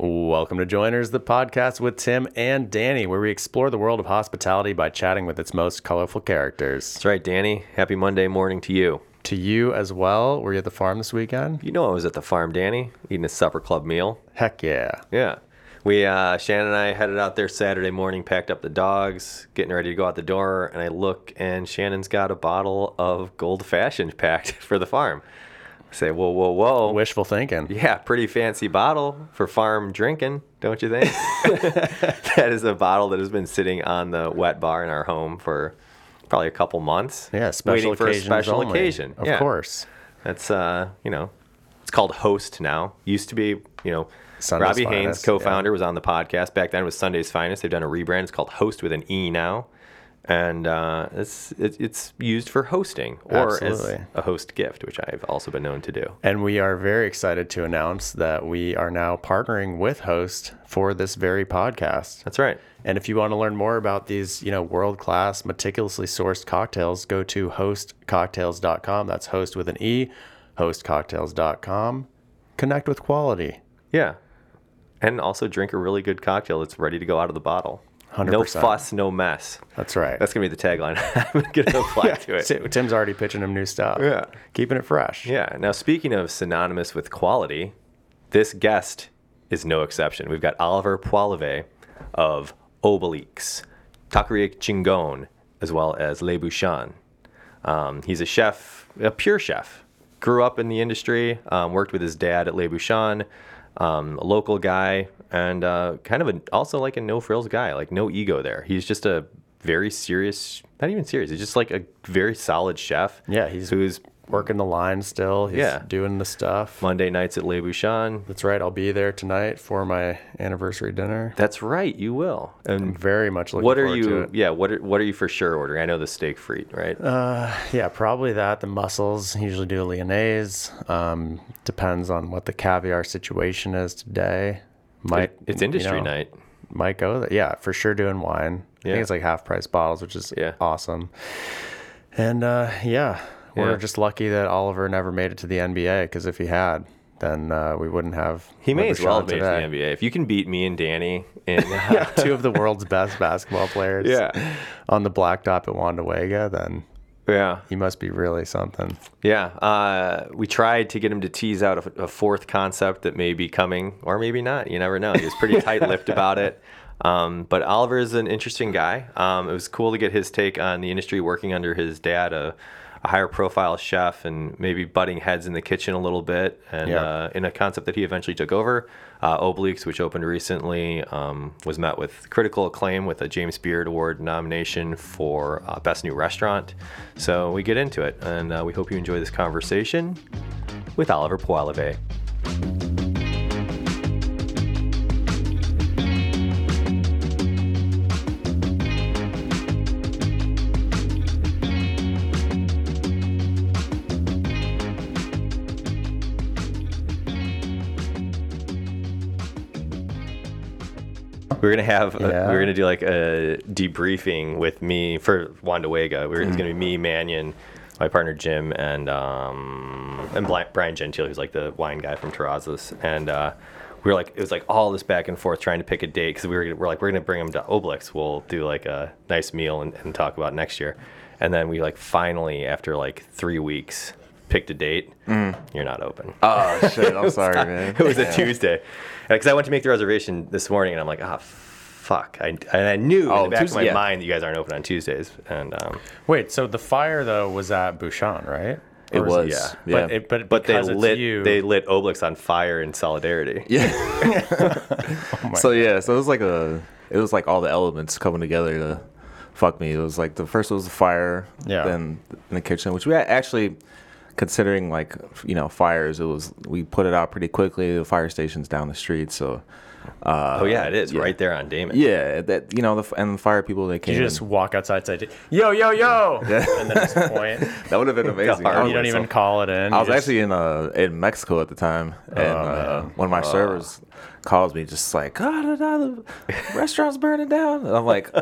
Welcome to Joiners, the podcast with Tim and Danny, where we explore the world of hospitality by chatting with its most colorful characters. That's right, Danny. Happy Monday morning to you. To you as well. Were you at the farm this weekend? You know I was at the farm, Danny, eating a supper club meal. Heck yeah. Yeah. We uh, Shannon and I headed out there Saturday morning, packed up the dogs, getting ready to go out the door, and I look and Shannon's got a bottle of gold fashion packed for the farm. I say, whoa, whoa, whoa. Wishful thinking. Yeah, pretty fancy bottle for farm drinking, don't you think? that is a bottle that has been sitting on the wet bar in our home for probably a couple months. Yeah, special waiting for a occasions special only. occasion. Of Yeah. course. That's uh, you know, it's called Host now. Used to be, you know, Sunday's Robbie Haynes, Finest, co-founder, was on the podcast back then. It was Sunday's Finest. They've done a rebrand. It's called Host with an E now, and uh, it's it, it's used for hosting or as Absolutely. a host gift, which I've also been known to do. And we are very excited to announce that we are now partnering with Host for this very podcast. That's right. And if you want to learn more about these, you know, world-class, meticulously sourced cocktails, go to hostcocktails.com. That's host with an e, hostcocktails.com. Connect with quality. Yeah, and also drink a really good cocktail that's ready to go out of the bottle. No 100%. fuss, no mess. That's right. That's gonna be the tagline. I'm gonna apply to it. Tim- Tim's already pitching him new stuff. Yeah. Keeping it fresh. Yeah. Now, speaking of synonymous with quality, this guest is no exception. We've got Oliver Poileve of Obelix, Taqueria Chingon, as well as Le Bouchon. Um, he's a chef, a pure chef. Grew up in the industry, um, worked with his dad at Le Bouchon, um, a local guy, and uh, kind of a, also like a no frills guy, like no ego there. He's just a very serious, not even serious, he's just like a very solid chef. Yeah, he's- who's Working the line still. He's Yeah. doing the stuff. Monday nights at Le Bouchon. That's right. I'll be there tonight for my anniversary dinner. That's right, you will. And Very much looking what are forward to you? it. Uh, Yeah, what are what are you for sure ordering? I know the steak frite, right? Yeah, probably that. The mussels usually do a lyonnaise. Um, depends on what the caviar situation is today. Might it's you industry know, night. Might go there. Yeah, for sure doing wine. I Yeah. think it's like half price bottles, which is Yeah. awesome. And uh, yeah, we're Yeah. just lucky that Oliver never made it to the NBA because if he had, then uh, we wouldn't have. He may Le as well have Bouchon made it to today. the NBA. If you can beat me and Danny, in, yeah, Two of the world's best basketball players. Yeah. On the blacktop at Wandawega, then yeah, he must be really something. yeah. Uh, we tried to get him to tease out a, a fourth concept that may be coming or maybe not. You never know. He was pretty tight-lipped about it. Um, but Oliver is an interesting guy. Um, it was cool to get his take on the industry, working under his dad, a, a higher-profile chef, and maybe butting heads in the kitchen a little bit. And Yeah. uh, in a concept that he eventually took over, uh, Obliques, which opened recently, um, was met with critical acclaim with a James Beard Award nomination for uh, Best New Restaurant. So we get into it, and uh, we hope you enjoy this conversation with Oliver Poilave. We're gonna have uh, Yeah. we're gonna do like a debriefing with me for Wanda Wega. We're, It's gonna be me, Mannion, my partner Jim, and um and Bli- Brian Gentile, who's like the wine guy from Terrazas, and uh, we were like it was like all this back and forth trying to pick a date because we were we're like we're gonna bring him to Obelix. We'll do like a nice meal and, and talk about next year, and then we like finally after like three weeks picked a date. You're not open. Oh shit! I'm sorry, man. it was a Tuesday because I went to make the reservation this morning, and I'm like, ah, fuck. I, and I knew in Oh, the back Tuesday, of my yeah. mind that you guys aren't open on Tuesdays, and um, Wait, so the fire though was at Bouchon, right? It Or is was, yeah. yeah, But it, but but they because it's lit you, they lit Obelix on fire in solidarity. yeah. so yeah, so it was like a, it was like all the elements coming together to fuck me. It was like the first was the fire, Yeah. Then in the kitchen, which we had actually, considering like you know fires, it was we put it out pretty quickly. The fire station's down the street, so uh, Oh yeah, it is right there on Damon. yeah, that you know the f- and the fire people they came. you in- just walk outside, say, "Yo, yo, yo," and then just point. that would have been amazing. hard- I you would've don't been so even call it in. I was you just- actually in uh in Mexico at the time, Oh, and uh, one of my servers calls me just like, "God, da, da, the restaurant's burning down," and I'm like,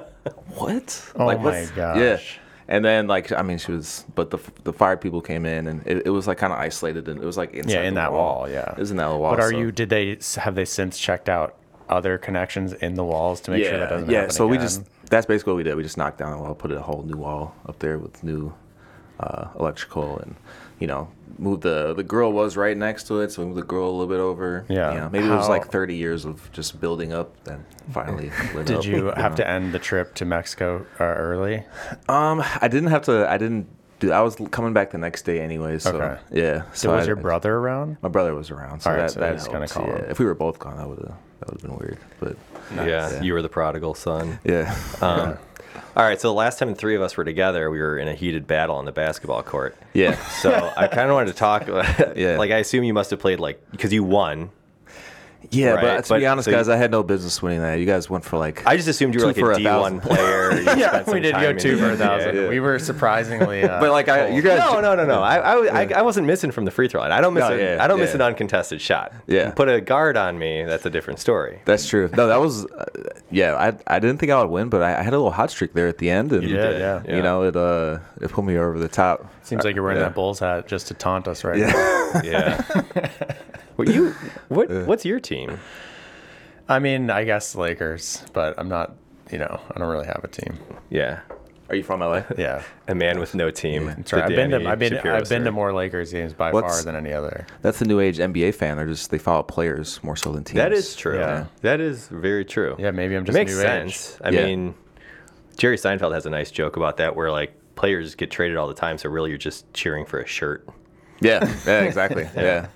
"What? Oh like, my what's- Yeah. gosh. And then like I mean she was, but the the fire people came in and it, it was like kind of isolated and it was like inside yeah in the that wall. Yeah, it was in that wall. But are so- you? Did they have they since checked out other connections in the walls to make sure that doesn't yeah. happen So we again. just that's basically what we did. We just knocked down a wall, put a whole new wall up there with new uh, electrical, and you know, moved the the grill was right next to it, so we moved the grill a little bit over. Yeah. You know, maybe it was How- like 30 years of just building up, then finally. lit Did up, you have know. to end the trip to Mexico uh, early? Um, I didn't have to. I didn't do. I was coming back the next day anyway. So Okay. yeah. So So was I- your brother around? My brother was around, so All right, that, so that that's kinda helped. calm. Yeah. If we were both gone, that would have that would have been weird. But Yeah, you were the prodigal son. yeah, Um, all right, so the last time the three of us were together, we were in a heated battle on the basketball court. yeah. So I kind of wanted to talk. About, Yeah. Like I assume you must have played like because you won. Yeah, Right, but to but- be honest, so you- guys, I had no business winning that. You guys went for like I just assumed you were like Two for a a D one thousand. player. You spent some we did time go in two the for a NBA. thousand. yeah. We were surprisingly, uh, But like I, you guys, No, no, no, no. I, I, was- I, I wasn't missing from the free throw line. I don't miss. No, a, yeah, I don't miss yeah. an uncontested shot. Yeah. You put a guard on me. That's a different story. That's true. No, that was, uh, yeah. I I didn't think I would win, but I, I had a little hot streak there at the end, and You did, yeah. yeah. you know it uh it pulled me over the top. seems like you're wearing Yeah. that Bulls hat just to taunt us right now. Yeah. what you? What? What's your team? I mean, I guess Lakers, but I'm not, you know, I don't really have a team. Yeah. Are you from LA? Yeah. A man with no team. That's right. The I've been to Danny I've been Shapiro I've been to story. more Lakers games by What's- far than any other. That's the new age NBA fan. They're just they follow players more so than teams. That is true. Yeah. That is very true. Yeah, maybe I'm It just makes new age. sense. I Yeah. mean, Jerry Seinfeld has a nice joke about that where like players get traded all the time, so really you're just cheering for a shirt. Yeah, yeah, exactly. yeah,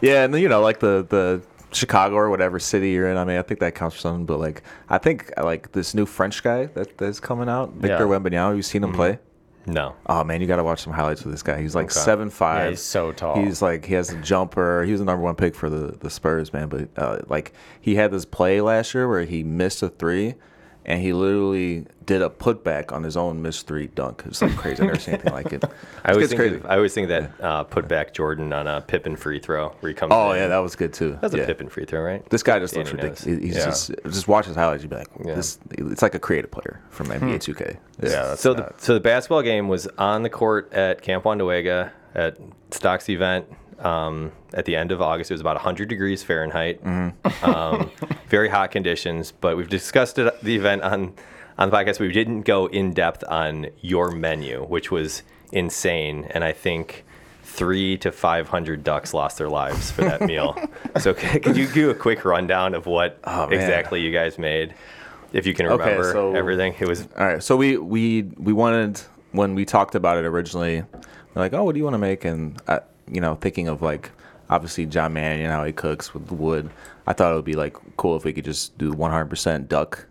yeah, and you know, like the the Chicago or whatever city you're in. I mean, I think that counts for something. But like, I think uh, like this new French guy that that's coming out, Victor Yeah. Wembanyama. You seen him play? No. Oh man, you got to watch some highlights with this guy. He's like Okay. seven five. Yeah, he's so tall. He's like he has a jumper. He was the number one pick for the the Spurs, man. But uh, like he had this play last year where he missed a three, and he literally did a putback on his own missed three dunk. It's like crazy. I've never seen anything like it. I always, It's think crazy. of- I always think of that uh, put back Jordan on a Pippin free throw where he comes oh in. yeah, that was good too. That's a yeah. Pippin free throw, right? This guy just Danny looks knows. ridiculous. He- He's Yeah. just just watch his highlights. You'd be like, Yeah. Hmm. this, it's like a creative player from NBA 2K. Yeah, that's so so the so the basketball game was on the court at Camp Wandawega at Stocks event um, at the end of August. It was about 100 degrees Fahrenheit, Mm-hmm. um, very hot conditions. But we've discussed it, the event on on the podcast. We didn't go in depth on your menu, which was insane, and I think. Three to five hundred ducks lost their lives for that meal. So, c- could you do a quick rundown of what Oh, man. exactly you guys made, if you can Okay, remember so- everything? It was All right. So we we we wanted when we talked about it originally, we're like, oh, what do you want to make? And I, you know, thinking of like obviously John Mannion how he cooks with the wood. I thought it would be like cool if we could just do 100% duck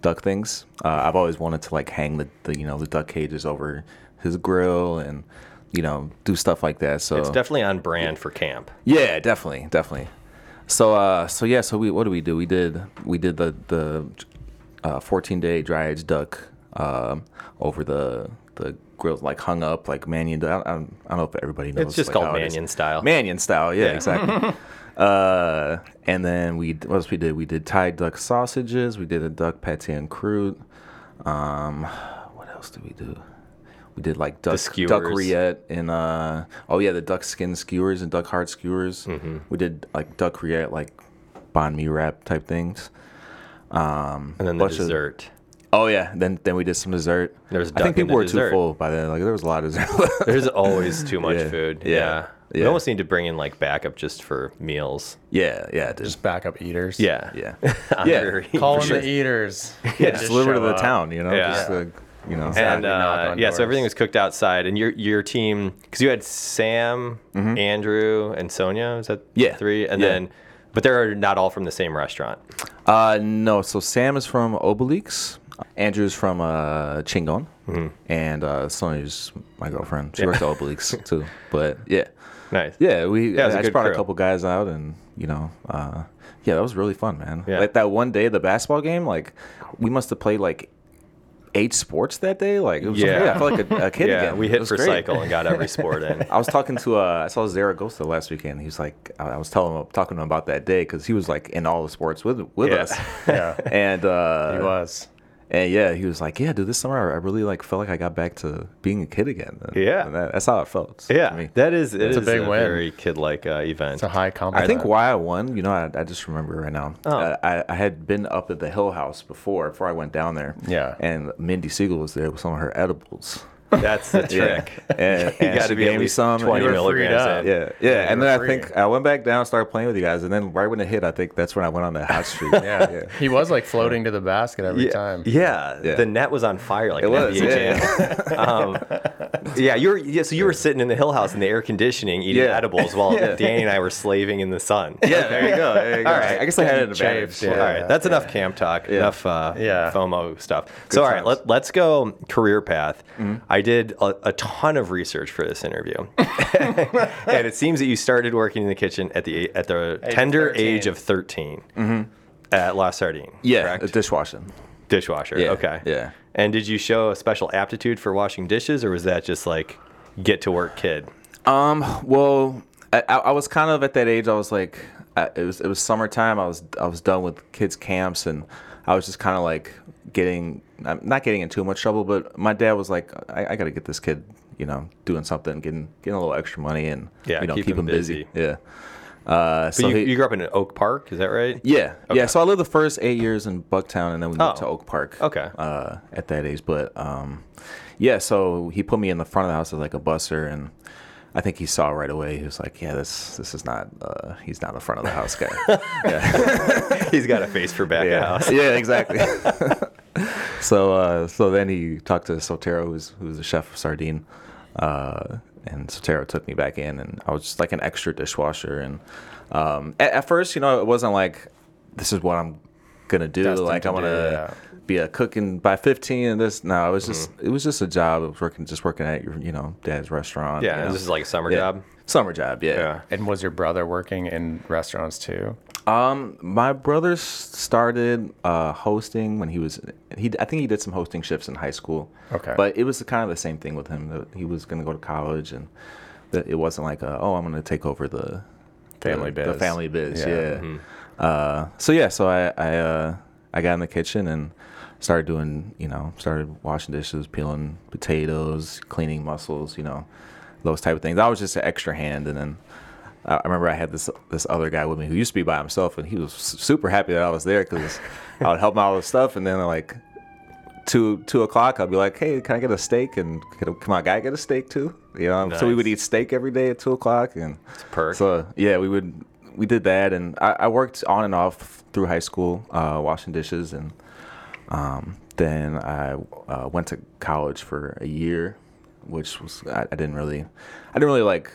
duck things. Uh, I've always wanted to like hang the, the you know the duck cages over his grill and you know do stuff like that. So It's definitely on brand for camp. Yeah, definitely, definitely. So, uh, so yeah, so we what do we do? We did we did the the uh, 14 day dry aged duck um, over the the grills like hung up like Mannion. I, I don't I don't know if everybody knows. It's just like, called how it is. Mannion style. Mannion style, yeah, Yeah. exactly. uh, and then we what else we did? We did Thai duck sausages. We did a duck pate and croute. Um, what else did we do? We did like duck duck skewers. rillette and uh oh yeah the duck skin skewers and duck heart skewers. Mm-hmm. We did like duck rillette like banh mi wrap type things. Um, And then the bunch of- dessert. oh yeah, then then we did some dessert. There was I duck in think people the were dessert. too full by then. Like there was a lot of dessert. There's always too much Yeah, food. Yeah. yeah, We yeah. almost need to bring in like backup just for meals. yeah, yeah, dude. just backup eaters. Yeah. yeah. Honorary. Call For them sure. the eaters. yeah, just deliver to show the up. town, you know, Yeah. just like, you know. And Exactly, knock uh, on yeah, so doors. everything was cooked outside. And your your team, because you had Sam, Andrew, and Sonia. Is that Yeah. three? And Yeah. then, but they're not all from the same restaurant. Uh, no, so Sam is from Obelix, Andrew's from uh, Chingon, Mm-hmm. and uh, Sonya's my girlfriend. She works at Obelix too, but yeah, Nice. yeah, we Yeah, it I was a just good brought crew. a couple guys out, and you know, uh, yeah, that was really fun, man. Yeah. Like that one day, the basketball game, like we must have played like eight sports that day. Like it was Yeah. yeah, I felt like a, a kid Yeah, again. we It hit was for great. cycle and got every sport in. I was talking to uh, I saw Zaragoza last weekend. He was like, I I was telling him, talking to him about that day because he was like in all the sports with with Yeah. us Yeah. and uh, He was. And yeah, he was like, "Yeah, dude, this summer I really like felt like I got back to being a kid again." And- Yeah. and that, that's how it felt. to Yeah, me. that is it It's a is big win. very kid-like uh, event. It's a high compliment. I think why I won, you know, I, I just remember right now. Oh. Uh, I, I had been up at the Hill House before, before I went down there. Yeah. And Mindy Siegel was there with some of her edibles. That's the trick. And, You and got she to be gave at me least some. and- 20 were freed milligrams up. in. Yeah, yeah, and you were then I free. think I went back down, started playing with you guys, and then right when it hit, I think that's when I went on that hot streak. Yeah. He was like floating to the basket every time. Yeah, Yeah. the net was on fire like It an was, NBA yeah. jam. um, yeah, you were yeah, so you were sitting in the hill house in the air conditioning eating Yeah. edibles while Yeah. Danny and I were slaving in the sun. yeah, there you go. There you go. All right. I guess I had an Getting advantage. chafed, yeah. All right, that's enough camp talk. Enough uh, Yeah. FOMO stuff. so, all right, times. let, let's go career path. I did a, a ton of research for this interview, and it seems that you started working in the kitchen at the at the of tender 13. age of 13 at La Sardine. Yeah, correct? dishwashing. dishwasher. Yeah, Okay. yeah. And did you show a special aptitude for washing dishes, or was that just like get to work kid? Um. Well, I, I I was kind of at that age. I was like, I, it was it was summertime. I was I was done with kids camps, and I was just kind of like getting I'm not getting in too much trouble. But my dad was like, I, I got to get this kid, you know, doing something, getting getting a little extra money, and Yeah, you know, keep keep, him him busy. Yeah. Uh. But so you, he- you grew up in Oak Park, is that right? yeah, Okay. yeah. So I lived the first eight years in Bucktown, and then we moved Oh. to Oak Park. Okay. Uh, at that age, but um, yeah. So he put me in the front of the house as like a buster, and I think he saw right away. He was like, "Yeah, this this is not. Uh, he's not a front of the house guy." yeah. He's got a face for back yeah. house. Yeah, Exactly. so uh, so then he talked to Sotero, who's who's the chef of Sardine. Uh, and Sotero took me back in, and I was just like an extra dishwasher. And um, at, at first, you know, it wasn't like this is what I'm gonna do. Destined like to I'm do, gonna yeah. be a cooking by 15 and this. No, it was just it was just a job. It was working just working at your you know dad's restaurant. Yeah, you know. this is like a summer Yeah. job. Summer job. yeah. And was your brother working in restaurants too? Um, my brother s- started uh, hosting when he was he. I think he did some hosting shifts in high school. Okay. But it was kind of the same thing with him. that He was going to go to college, and that it wasn't like, uh oh, I'm going to take over the Family the, biz. The family biz, Yeah. yeah. Uh, so yeah, so I I uh, I got in the kitchen and started doing you know started washing dishes, peeling potatoes, cleaning mussels, you know, those type of things. I was just an extra hand, and then. I I remember I had this this other guy with me who used to be by himself, and he was su- super happy that I was there because I would help him out with stuff, and then like two two o'clock, I'd be like, "Hey, can I get a steak?" And can, can my guy get a steak too? You know, so we would Nice. eat steak every day at two o'clock, and It's a perk. so yeah, we would we did that, and I, I worked on and off through high school, uh, washing dishes, and um, then I uh, went to college for a year, which was I, I didn't really, I didn't really like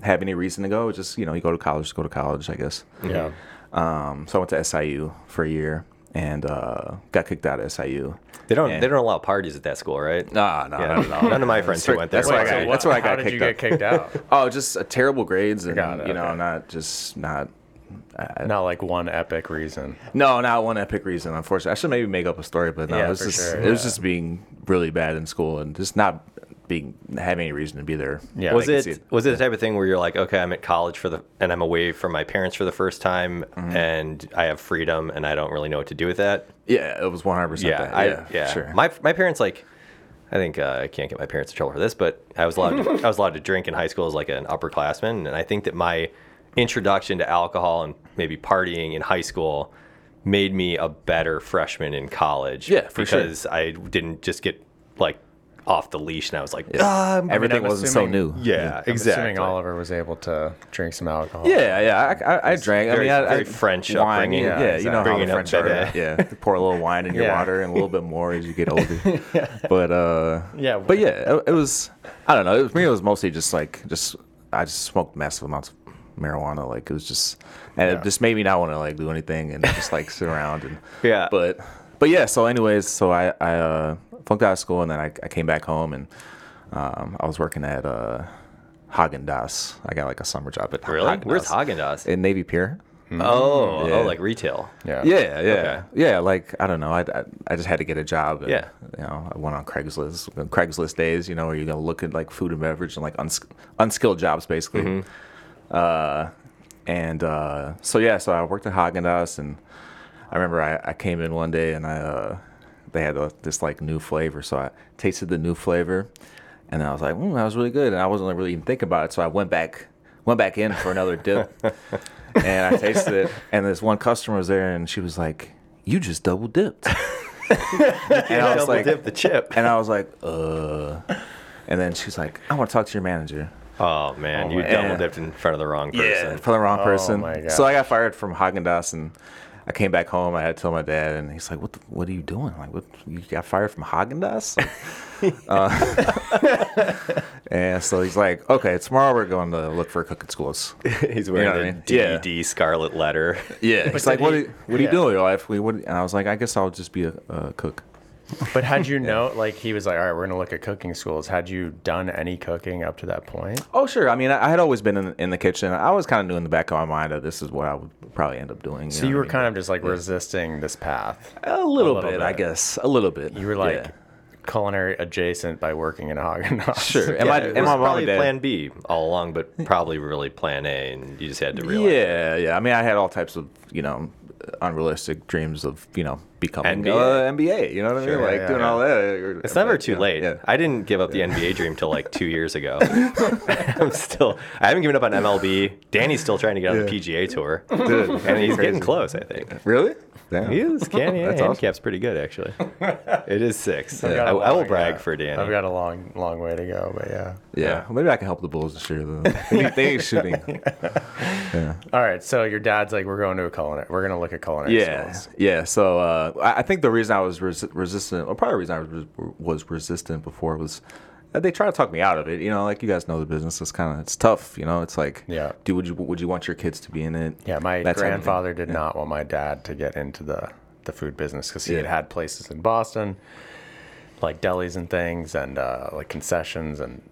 have any reason to go. It was just you know, you go to college, just go to college, I guess. Yeah. Um, so I went to SIU for a year and uh, got kicked out of SIU. They don't Yeah. they don't allow parties at that school, right? Nah, nah, Yeah. not at all. None of my friends who went there. That's why I went got- there. that's why I How got did you get kicked kicked out? Oh, just uh, terrible grades and Got it, you know, okay. not just not. I, Not like one epic reason. No, not one epic reason. Unfortunately, I should maybe make up a story, but no, Yeah, it was for just sure, it was yeah. just being really bad in school and just not being having any reason to be there. Yeah. was I can it, see it. was it the type of thing where you're like, okay, I'm at college for the and I'm away from my parents for the first time, Mm-hmm. and I have freedom, and I don't really know what to do with that? Yeah, it was one hundred percent. yeah, that. I, yeah, yeah, sure. My my parents like, I think uh, I can't get my parents in trouble for this, but I was allowed to, I was allowed to drink in high school as like an upperclassman, and I think that my introduction to alcohol and maybe partying in high school made me a better freshman in college. Yeah, for sure. because I didn't just get like off the leash, and I was like, "Ah, I'm-" Everything I'm wasn't assuming- so new. yeah, I'm exactly. Assuming Oliver was able to drink some alcohol. Yeah, yeah, I, I, I drank. very- I mean, I, very I, French wine, upbringing. Yeah, Yeah, you know exactly. how Bringing the up French are. bebe. Yeah, they pour a little wine in your Yeah. water and a little bit more as you get older. But uh, Yeah. but yeah, it, it was. I don't know. It was, for me, it was mostly just like just I just smoked massive amounts of marijuana. Like it was just, and it just made me not want to like do anything and just like sit around and Yeah. But but yeah. So anyways, so I I uh, flunked out of school and then I, I came back home and um, I was working at. Uh, Hagen Dazs. I got like a summer job at Really? Where's Häagen-Dazs Hagen Dazs? in Navy Pier. Oh, Yeah. oh, like retail. Yeah. Yeah, yeah, Okay. yeah. Like I don't know, I, I, I just had to get a job. And, Yeah. you know, I went on Craigslist. Craigslist days, you know, where you go look at like food and beverage and like uns- unskilled jobs, basically. Mm-hmm. Uh, and uh, so yeah, so I worked at Haagen Dazs, and I remember I, I came in one day and I uh, they had a, this like new flavor. So I tasted the new flavor, and I was like, mm, that was really good. And I wasn't really even thinking about it, so I went back went back in for another dip, and I tasted it. And this one customer was there, and she was like, "You just double dipped." and I was Double like, dip the chip. and I was like, uh. And then she's like, I want to talk to your manager. Oh man, you my- double dipped in front of the wrong person. For the wrong person. my gosh. so I got fired from Haagen Dazs and I came back home. I had to tell my dad, and he's like, "What? The, what are you doing? Like, what? You got fired from Haagen Dazs?" Uh, and so he's like, "Okay, tomorrow we're going to look for cooking schools." He's wearing know what I a mean? Yeah. DD scarlet letter. Yeah, he's like, did "What? he- do you- what do you yeah. do in your life?" We, what, and I was like, "I guess I'll just be a, a cook." But had you know, like he was like, all right, we're gonna look at cooking schools. Had you done any cooking up to that point? Oh, sure. I mean, I, I had always been in, in the kitchen. I was kind of knew in the back of my mind that this is what I would probably end up doing. So you were kind of just like resisting this path. of a little, little bit, I bit. guess, a little bit. You were like Yeah. culinary adjacent by working in Haagen Dazs. sure. And Yeah, my it and was my mom probably and dad. plan B all along, but probably really plan A, and you just had to realize. yeah, yeah. I mean, I had all types of you know unrealistic dreams of you know becoming NBA. NBA. Uh, NBA. You know what I Sure, mean? Like yeah, doing yeah. all that. or- It's never too you know, late. Yeah. I didn't give up the NBA dream till like two years ago. I'm still. I haven't given up on MLB. Danny's still trying to get on the PGA tour, Dude, and he's getting close. I think. really? Damn. He is can. Yeah, That's handicap's pretty good actually. It is six. I've I, got a I will long- brag yeah. for Danny. I've got a long, long way to go, but yeah. Yeah. Maybe I can help the Bulls this year. Though. They need, they need shooting. All right, so your dad's like, we're going to a culinary. We're gonna look at culinary Yeah, schools. yeah. So uh, I I think the reason I was res- resistant, or probably the reason I was, res- was resistant before was that they try to talk me out of it. You know, like you guys know the business. It's kind of it's tough. You know, it's like, Yeah. Do would you would you want your kids to be in it? Yeah, my That type of thing. grandfather did not want my dad to get into the the food business because he had Yeah. had places in Boston, like delis and things, and uh, like concessions, and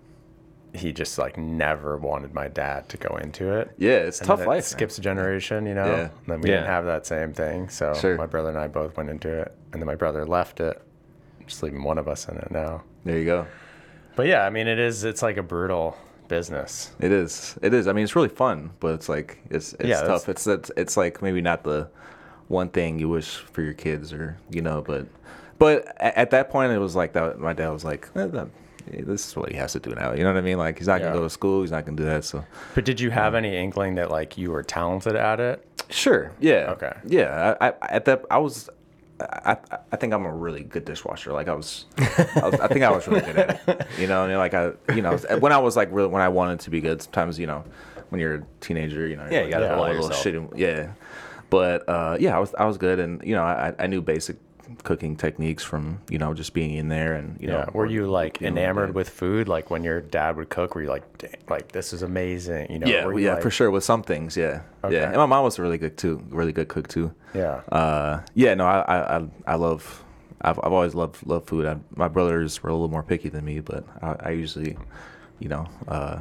he just like never wanted my dad to go into it. Yeah, it's And tough then it life. skips a generation, you know. Yeah. And then we didn't Yeah. have that same thing, so Sure. my brother and I both went into it, and then my brother left it, just leaving one of us in it now. man. There you go. But yeah, I mean, it is. It's like a brutal business. It is. It is. I mean, it's really fun, but it's like it's it's Yeah, that's- tough. It's, it's it's like maybe not the one thing you wish for your kids, or you know, but but a- at that point it was like that. My dad was like, eh, that- eh, "This is what he has to do now." You know what I mean? Like he's not Yeah. gonna go to school. He's not gonna do that. So But did you Mm. have any inkling that like you were talented at it? sure. Yeah. Okay. Yeah. I, I at that I was. I, I- I think I'm a really good dishwasher. Like I was, I, was, I think I was really good at it. You know, I mean, like I, you know, when I was like really when I wanted to be good. Sometimes you know, when you're a teenager, you know, you're Yeah, you like, gotta "Oh, allow a little yourself." shitty shitty- Yeah, but uh, yeah, I was I was good, and you know, I, I knew basic cooking techniques from you know just being in there, and you Yeah. know, Were you like you know, enamored it- with food? Like when your dad would cook, were you like, "Dang, like this is amazing? You know? yeah, were you yeah, like- for sure with some things, yeah, Okay. yeah, and my mom was a really good too, really good cook too. Yeah. uh, yeah, no, I, I, I, I love. I've, I've always loved loved food. I, my brothers were a little more picky than me, but I, I usually, you know, uh,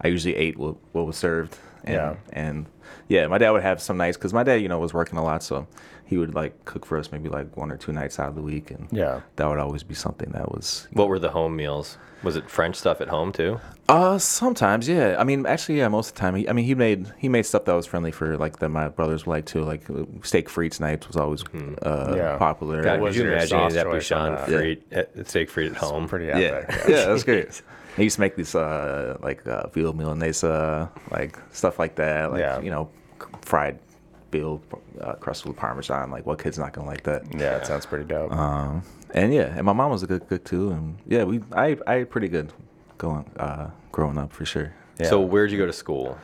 I usually ate what, what was served. And, Yeah. And yeah, my dad would have some nights because my dad, you know, was working a lot, so he would like cook for us maybe like one or two nights out of the week, and Yeah. that would always be something that was What were the home meals? Was it French stuff at home too? uh, sometimes, yeah. I mean, actually, yeah, most of the time. He, I mean, he made he made stuff that was friendly for like that my brothers would like too. Like uh, steak frites nights was always uh, Hmm. Yeah. popular. God, What was could you your imagine sauce eating that choice on Bouchon that? frite, at steak frite at home? Pretty Um, yeah, epic. yeah, that's great. I used to make these uh, like uh, veal milanese, uh, like stuff like that, like Yeah. you know, c- fried veal uh, crusted with parmesan. Like, what kid's not gonna like that? Yeah. it sounds pretty dope. Um, and yeah, and my mom was a good cook too, and yeah, we I I had pretty good going uh, growing up for sure. yeah. So where'd you go to school?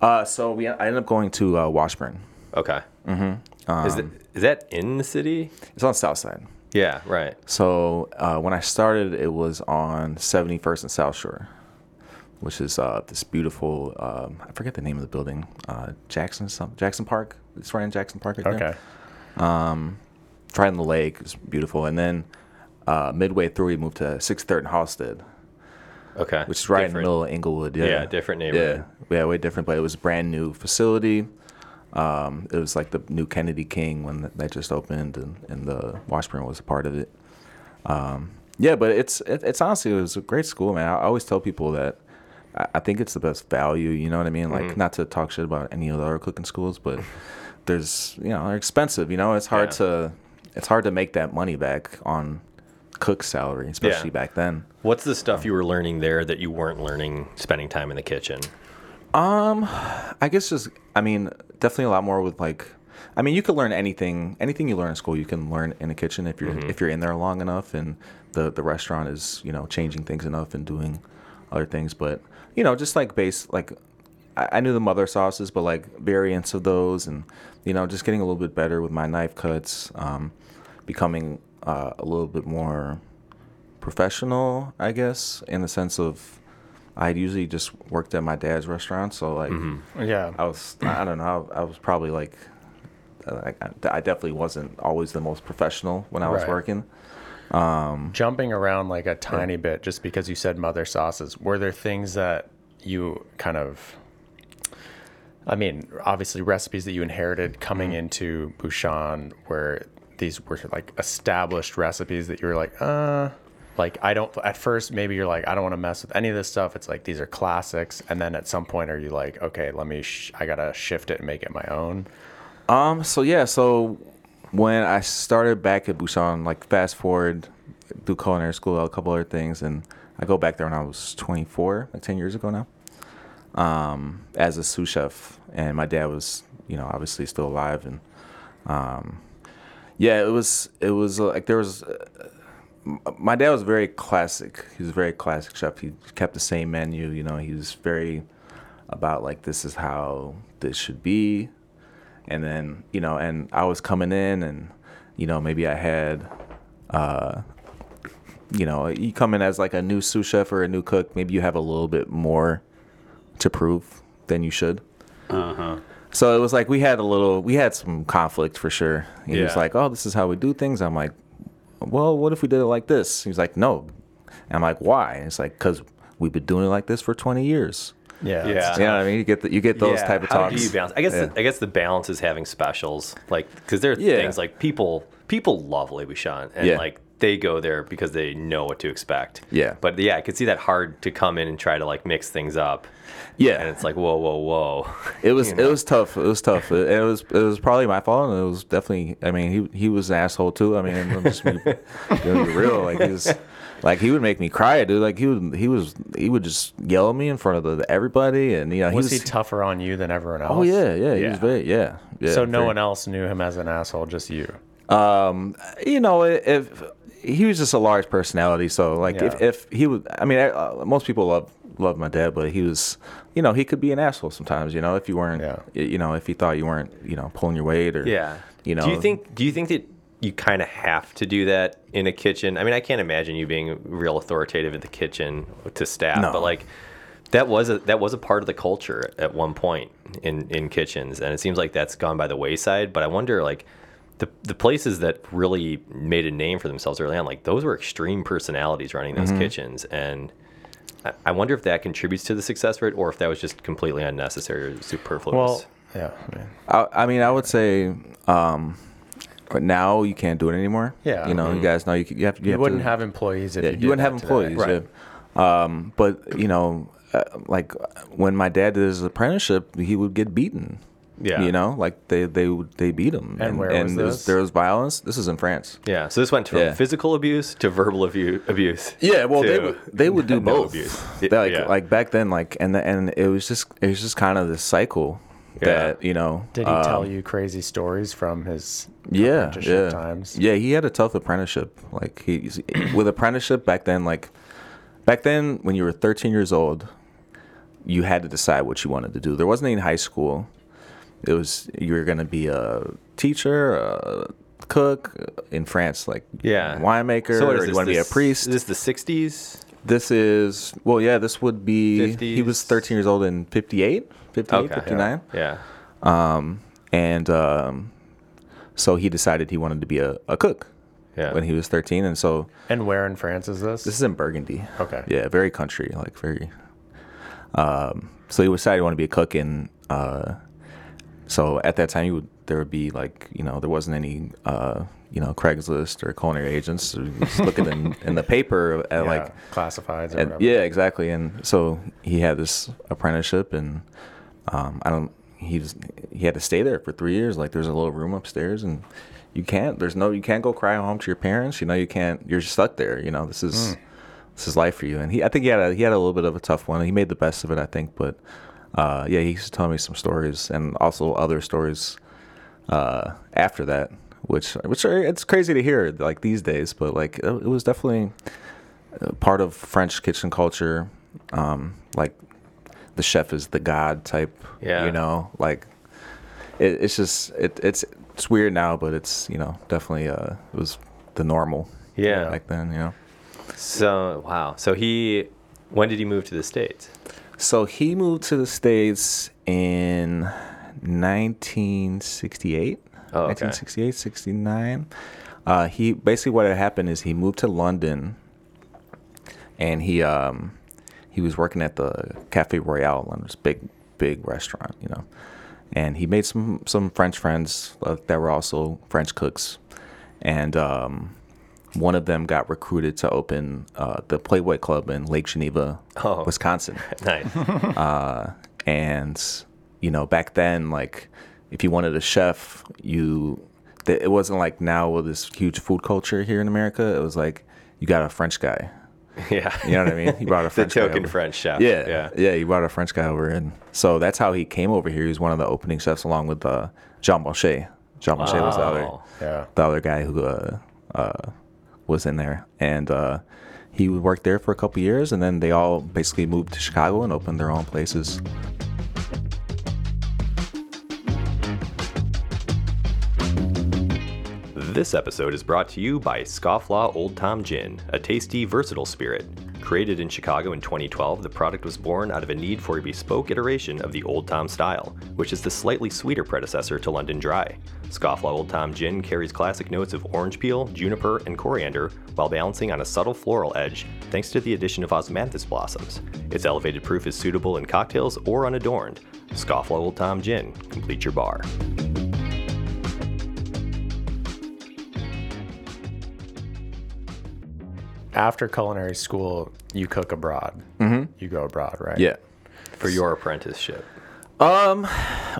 Uh, so we I ended up going to uh, Washburn. Okay. Mm-hmm. is, that, is that in the city? It's on the South Side. Yeah, right. So uh, when I started, it was on 71st and South Shore, which is uh, this beautiful. Um, I forget the name of the building. Uh, Jackson some Jackson Park. It's right in Jackson Park. Right okay. There. Right in the lake. It's beautiful. And then uh, midway through, we moved to 63rd and Halstead, Okay. which is right in the Different. middle of Inglewood. Yeah, Yeah, different neighborhood. Yeah, yeah, way different. But it was a brand new facility. Um, it was like the new Kennedy King when th- that just opened, and, and the Washburn was a part of it. Um, yeah, but it's it, it's honestly it was a great school, man. I, I always tell people that I, I think it's the best value. You know what I mean? Like Mm-hmm. not to talk shit about any of the other cooking schools, but there's you know they're expensive. You know it's hard Yeah. to it's hard to make that money back on cook's salary, especially back then. What's the stuff you were learning there that you weren't learning spending time in the kitchen? I guess just I mean, definitely a lot more with like I mean, you could learn anything. Anything you learn in school, you can learn in a kitchen if you're if you're in there long enough and the the restaurant is, you know, changing things enough and doing other things, but you know, just like base like I, I knew the mother sauces, but like variants of those and you know, just getting a little bit better with my knife cuts, um, becoming uh, a little bit more professional, I guess, in the sense of I'd usually just worked at my dad's restaurant, so like Yeah. I was I don't know I, I was probably like uh, I, I- I definitely wasn't always the most professional when I was Right. working. Jumping around like a tiny bit just because you said mother sauces, were there things that you kind of I mean, obviously recipes that you inherited coming Mm-hmm. into Bouchon where these were like established recipes that you were like, uh like I don't at first maybe you're like I don't want to mess with any of this stuff. It's like these are classics and then at some point are you like, okay, let me sh- I got to shift it and make it my own. Um. So yeah. So when I started back at Busan, like fast forward through culinary school, a couple other things, and I go back there when I was 24, like 10 years ago now, um, as a sous chef, and my dad was, you know, obviously still alive, and um, yeah, it was it was uh, like there was. Uh, m- my dad was very classic. He was a very classic chef. He kept the same menu. You know, he was very about like this is how this should be and then you know and i was coming in and you know maybe i had uh you know you come in as like a new sous chef or a new cook maybe you have a little bit more to prove than you should so it was like we had a little we had some conflict for sure And he was Yeah. like oh this is how we do things i'm like well what if we did it like this he's like no and i'm like why and it's like because we've been doing it like this for 20 years Yeah. Yeah. you know what i mean you get the, you get those Yeah, type of how talks do you balance? I guess Yeah. the, I guess the balance is having specials, like because there are Yeah. things like people people love Le Bouchon and Yeah. like they go there because they know what to expect. Yeah. but yeah, I could see that hard to come in and try to like mix things up, yeah and it's like whoa, whoa, whoa. It was it was tough. It was tough. It, it was it was probably my fault, and it was definitely. I mean, he he was an asshole too. I mean, I'm just gonna be, gonna be real. Like he was, like he would make me cry, dude. Like he would he was he would just yell at me in front of the, everybody, and you know he Was was. he tougher on you than everyone else? oh yeah, yeah, he was Yeah. very yeah. yeah so no very- one else knew him as an asshole, just you. you know, if he was just a large personality, so like if, Yeah. if he would, I mean, uh, most people love love my dad, but he was, you know, he could be an asshole sometimes. You know, if you weren't, Yeah. y- you know, if he thought you weren't, you know, pulling your weight or Yeah. you know, Do you think do you think that you kind of have to do that in a kitchen? I mean, I can't imagine you being real authoritative in the kitchen to staff, No. but like that was a that was a part of the culture at one point in in kitchens, and it seems like that's gone by the wayside. But I wonder like. The, the places that really made a name for themselves early on, like those were extreme personalities running those Mm-hmm. kitchens. And I, I wonder if that contributes to the success rate or if that was just completely unnecessary or superfluous. Well, yeah, I mean, I, I mean, I would say um, but now you can't do it anymore. Yeah. mm-hmm. you know, you guys know you, c- you have. You, you have wouldn't to, have employees if Yeah, you, you, did wouldn't that have today. employees. Yeah. Um, but you know, uh, like when my dad did his apprenticeship, he would get beaten. Yeah. you know, like they they would they beat him. And, where and was there this? there was violence. This is in France. Yeah, so this went from Yeah. physical abuse to verbal abu- abuse. Yeah, well, they to- would they would do no both. abuse. They, like Yeah. like back then, like and the, and it was just it was just kind of this cycle that you know. Did he uh, tell you crazy stories from his yeah, apprenticeship yeah. times? Yeah, he had a tough apprenticeship. Like he with apprenticeship back then, like back then when you were 13 years old, you had to decide what you wanted to do. There wasn't any high school. It was you were going to be a teacher, a cook in France, like Yeah. winemaker. So what or is you this, want to be a this- priest? Is this the 60s? This is well, yeah. This would be he was 50s. 13 years old in 58, 58, 59 Yeah. and um, so he decided he wanted to be a, a cook Yeah. when he was 13 and so And where in France is this? this is in burgundy Okay. yeah very country like very um, so he decided he wanted to be a cook and uh, so at that time you would there would be like you know there wasn't any uh, you know craigslist or culinary agents so you just look at in, in the paper at Yeah, like classifieds or and- whatever. yeah, exactly. And so he had this apprenticeship, and um, I don't. He was he had to stay there for three years. Like there's a little room upstairs, and you can't. There's no. You can't go cry home to your parents. You know, you can't. You're stuck there. You know, this is this is life for you. And he, I think he had a he had a little bit of a tough one. He made the best of it, I think. But uh, yeah, he used to tell me some stories and also other stories uh, after that, which which are it's crazy to hear like these days. But like it, it was definitely uh, part of French kitchen culture. Um, like the chef is the god type. Yeah. you know, like it, it's just it, it's it's weird now, but it's you know definitely uh, it was the normal. Yeah. back then, you know. So wow. So he, when did he move to the states? So he moved to the States in 1968. Oh, okay. 1968, 69. Uh, he basically what had happened is he moved to London and he um, he was working at the Cafe Royale in London, this big big restaurant, you know. And he made some some French friends uh, that were also French cooks. And um, one of them got recruited to open uh, the Playboy Club in Lake Geneva, Oh. Wisconsin Nice. and you know back then like if you wanted a chef you th- it wasn't like now with this huge food culture here in america it was like you got a french guy yeah. you know what i mean you brought a the french guy token over. French chef. Yeah. yeah yeah yeah you brought a french guy over and so that's how he came over here he was one of the opening chefs along with uh, jean Boucher. jean Boucher was the other Wow. Yeah. the other guy who uh, uh, was in there, and uh, he worked there for a couple years, and then they all basically moved to Chicago and opened their own places. This episode is brought to you by Scofflaw Old Tom Gin, a tasty, versatile spirit. Created in Chicago in 2012, the product was born out of a need for a bespoke iteration of the Old Tom style, which is the slightly sweeter predecessor to London Dry. Scofflaw Old Tom Gin carries classic notes of orange peel, juniper, and coriander while balancing on a subtle floral edge thanks to the addition of osmanthus blossoms. Its elevated proof is suitable in cocktails or unadorned. Scofflaw Old Tom Gin, complete your bar. After culinary school, you cook abroad. You go abroad, right? Mm-hmm. Yeah. For your apprenticeship. Um.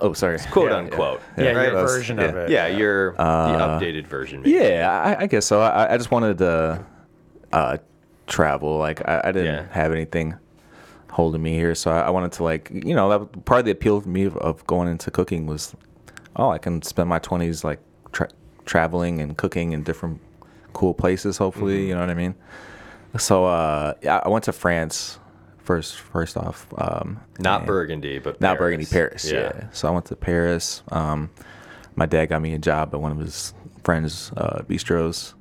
Oh, sorry. Quote Yeah, unquote. Yeah, right? your that's- version of yeah. it. Yeah, your the updated version. Maybe. Yeah, I, I guess so. I, I just wanted to uh, travel. Like I, I didn't Yeah. have anything holding me here, so I, I wanted to like you know that was part of the appeal for me of, of going into cooking was, oh, I can spend my twenties like tra- traveling and cooking in different cool places. Hopefully, you know what I mean. So uh, yeah, I went to France first. First off, um, Not and- Burgundy, but Paris. not Burgundy, Paris. Yeah. So I went to Paris. Um, my dad got me a job at one of his friends' uh, bistros.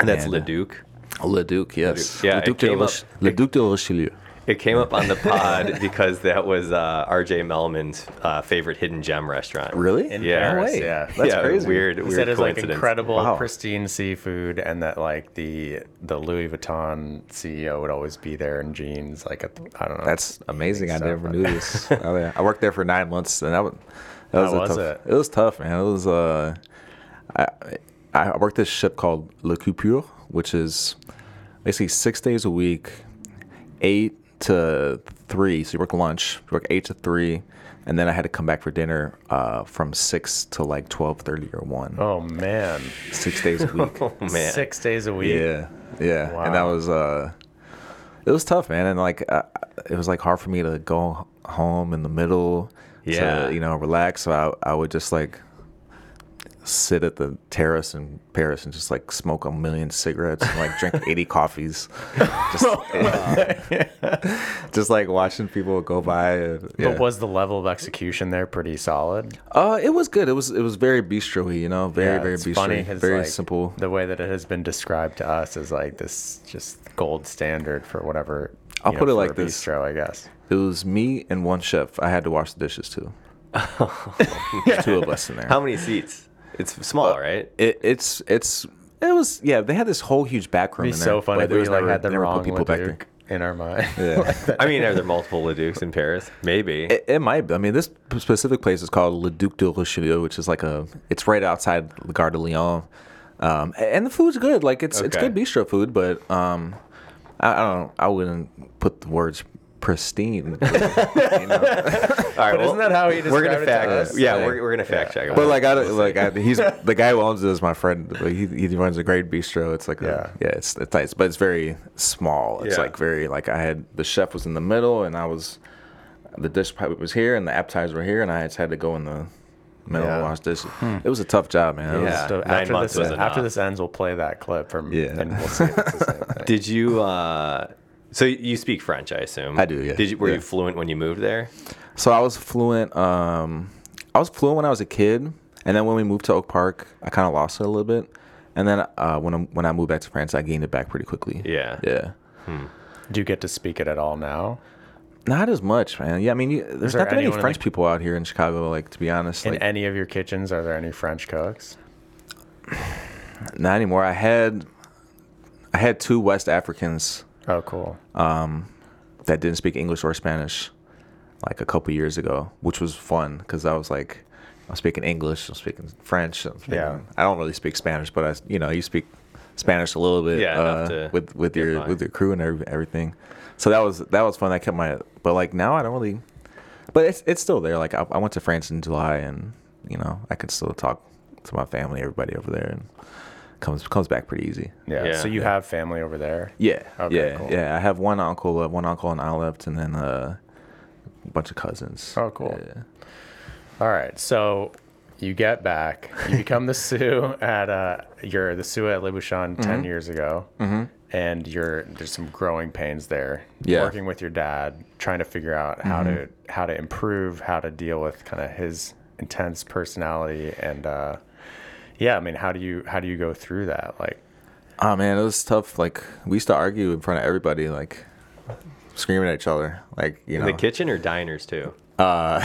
and that's And- Le Duc. Le Duc, Oh, yes. Yeah, Le it Duc, de, came up- Roche- Le Duc de Richelieu. It came up on the pod because that was uh, R.J. Melman's uh, favorite hidden gem restaurant. Really? In Yeah. Paris, No way. yeah. That's yeah, crazy. Weird, He weird said it's like coincidence. incredible, Wow. pristine seafood, and that like the the Louis Vuitton CEO would always be there in jeans. Like at the- I don't know. That's amazing. I so, never but- knew this. I, mean, I worked there for nine months, and that was, that was, How a was tough. it? was tough, man. It was. Uh, I I worked this ship called Le Coupure, which is basically six days a week, eight to three. So you work lunch, you work eight to three, and then I had to come back for dinner uh, from six to like twelve thirty or one. oh man, Six days a week. Oh, man. six days a week. Yeah, yeah. And that Wow. was uh, it was tough, man. And like, uh, it was like hard for me to go home in the middle Yeah. to you know relax. So I I would just like sit at the terrace in Paris and just like smoke a million cigarettes and like drink eighty coffees, just just like watching people go by. And, yeah. But was the level of execution there pretty solid? uh, it was good. It was it was very bistro-y, you know, very Yeah, very it's bistro, funny. It's very like simple. The way that it has been described to us is like this just gold standard for whatever. I'll you put it for like a this. bistro, I guess. It was me and one chef. I had to wash the dishes too. two of us in there. How many seats? It's small, right? It, it's it's it was yeah. They had this whole huge back room. It'd be in so there, funny but if there we was like never- had the never put wrong people people back there. in our mind. Yeah. I mean, are there multiple Le Ducs in Paris? Maybe. It, it might. Be. I mean, this p- specific place is called Le Duc de Richelieu, which is like a. It's right outside the Gare de Lyon, um, a- and the food's good. Like it's it's Okay. good bistro food, but um, I, I don't. I wouldn't put the words pristine. you know? All right, But isn't that how he we're gonna described it to fact, us? Yeah, Like- we're, we're gonna fact check. it. But like I don't- like I, he's the guy who owns it is my friend. Like, he he runs a great bistro. It's like a, yeah, it's it's nice, but it's very small. It's Yeah. like very like I had the chef was in the middle and I was the dish pipe was here and the appetizers were here and I just had to go in the middle Yeah. and wash this. It was a tough job, man. It was- Yeah. So Nine after months this, was enough. after this ends, we'll play that clip from, Yeah. and we'll see if it's the same thing. did you? Uh, so you speak French, I assume. I do, yeah. Did you, were Yeah. you fluent when you moved there? So I was fluent. Um, I was fluent when I was a kid, and then when we moved to Oak Park, I kind of lost it a little bit. And then uh, when I, when I moved back to France, I gained it back pretty quickly. Yeah. Yeah. Do you get to speak it at all now? Not as much, man. Yeah, I mean, you, there's there not that many anyone, French like- people out here in Chicago. Like to be honest, In like any of your kitchens, are there any French cooks? not anymore. I had, I had two West Africans Oh, cool. Uh, um, that didn't speak English or Spanish, like a couple years ago, which was fun because I was like, I'm speaking English, I'm speaking French. I'm speaking, Yeah. I don't really speak Spanish, but I, you know, you speak Spanish a little bit, Yeah, enough to uh, with with get your by. with your crew and every- everything. So that was that was fun. I kept my, but like now I don't really, but it's it's still there. Like I, I went to France in July, and you know, I could still talk to my family, everybody over there, and comes comes back pretty easy. Yeah. Yeah. So you Yeah. have family over there? Yeah. Okay, yeah. cool. Yeah. I have one uncle, uh, one uncle and I left, and then uh, a bunch of cousins. Oh, cool. Yeah. All right. So you get back. You become the Sioux at uh, you're the Sioux at Le Bouchon Mm-hmm. 10 years ago, and you're there's some growing pains there. Yeah. Mm-hmm. Working with your dad, trying to figure out how to how to improve, how to deal with kind of his intense personality, and uh, yeah, I mean, how do you how do you go through that? Like, Oh, man. It was tough. Like, we used to argue in front of everybody, like, screaming at each other. Like, you In know, the kitchen or diners too? uh,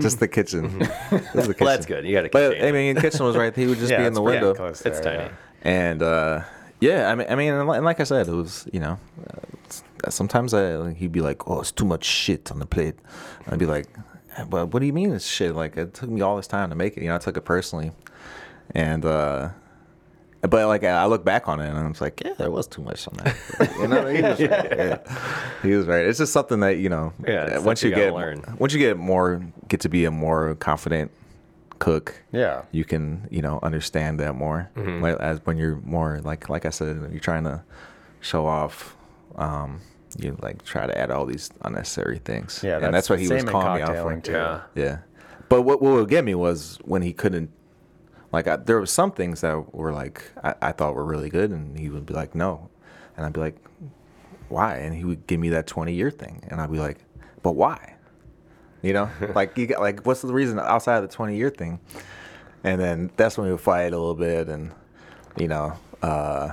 just the Mm-hmm. kitchen. It was the kitchen. Well, that's good. You got to But, contain I it. mean, the kitchen was right. He would just yeah, be in it's the pretty window. close It's there, tiny. and uh, yeah, I mean, I mean, and li- and like I said, it was you know, uh, s- sometimes I like, he'd be like, "Oh, it's too much shit on the plate," I'd be like, "But what do you mean it's shit? Like it took me all this time to make it. You know, I took it personally." And uh, but like I look back on it and I'm like, "Yeah, there was too much on that." you know, he was right. Yeah. He was right. It's just something that you know. Yeah, it's once something you you get gotta learn. once you get more get to be a more confident cook Yeah. Mm-hmm. you can you know understand that more Like, as when you're more like like i said you're trying to show off um you like try to add all these unnecessary things Yeah, and that's what he was same in calling me out cocktailing, for too. Yeah. yeah but what, what would get me was when he couldn't like I, there were some things that were like I, I thought were really good and he would be like no and i'd be like why and he would give me that 20 year thing and i'd be like but why you know like you got like what's the reason outside of the 20 year thing and then that's when we would fight a little bit and you know uh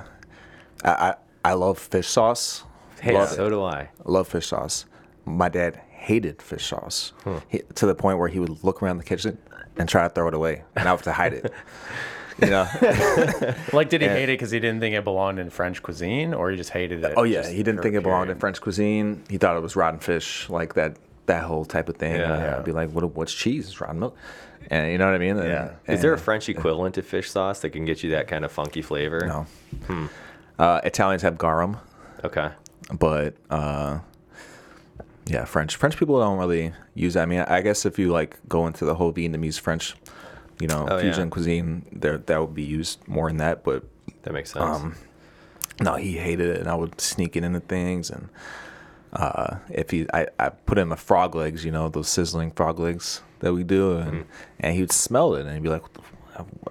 i i, I love fish sauce Hey, uh, love so do I. love fish sauce. My dad hated fish sauce he, to the point where he would look around the kitchen and try to throw it away, and I would have to hide it. You know? Like, did he hate it because he didn't think it belonged in French cuisine, or he just hated it? oh yeah, just he didn't for think it belonged period? in French cuisine. He thought it was rotten fish, like that that whole type of thing. Yeah. And I'd be like, what? What's cheese? It's rotten milk. And you know what I mean? And- Yeah. Is there a and- French equivalent to fish sauce that can get you that kind of funky flavor? no? Hmm. Uh, Italians have garum. Okay. but uh yeah french french people don't really use that i mean i guess if you like go into the whole vietnamese french you know Oh, yeah. fusion cuisine there that would be used more in that but That makes sense. um no he hated it and i would sneak it into things and uh if he i, I put in the frog legs you know those sizzling frog legs that we do and and he would smell it and he'd be like what the f-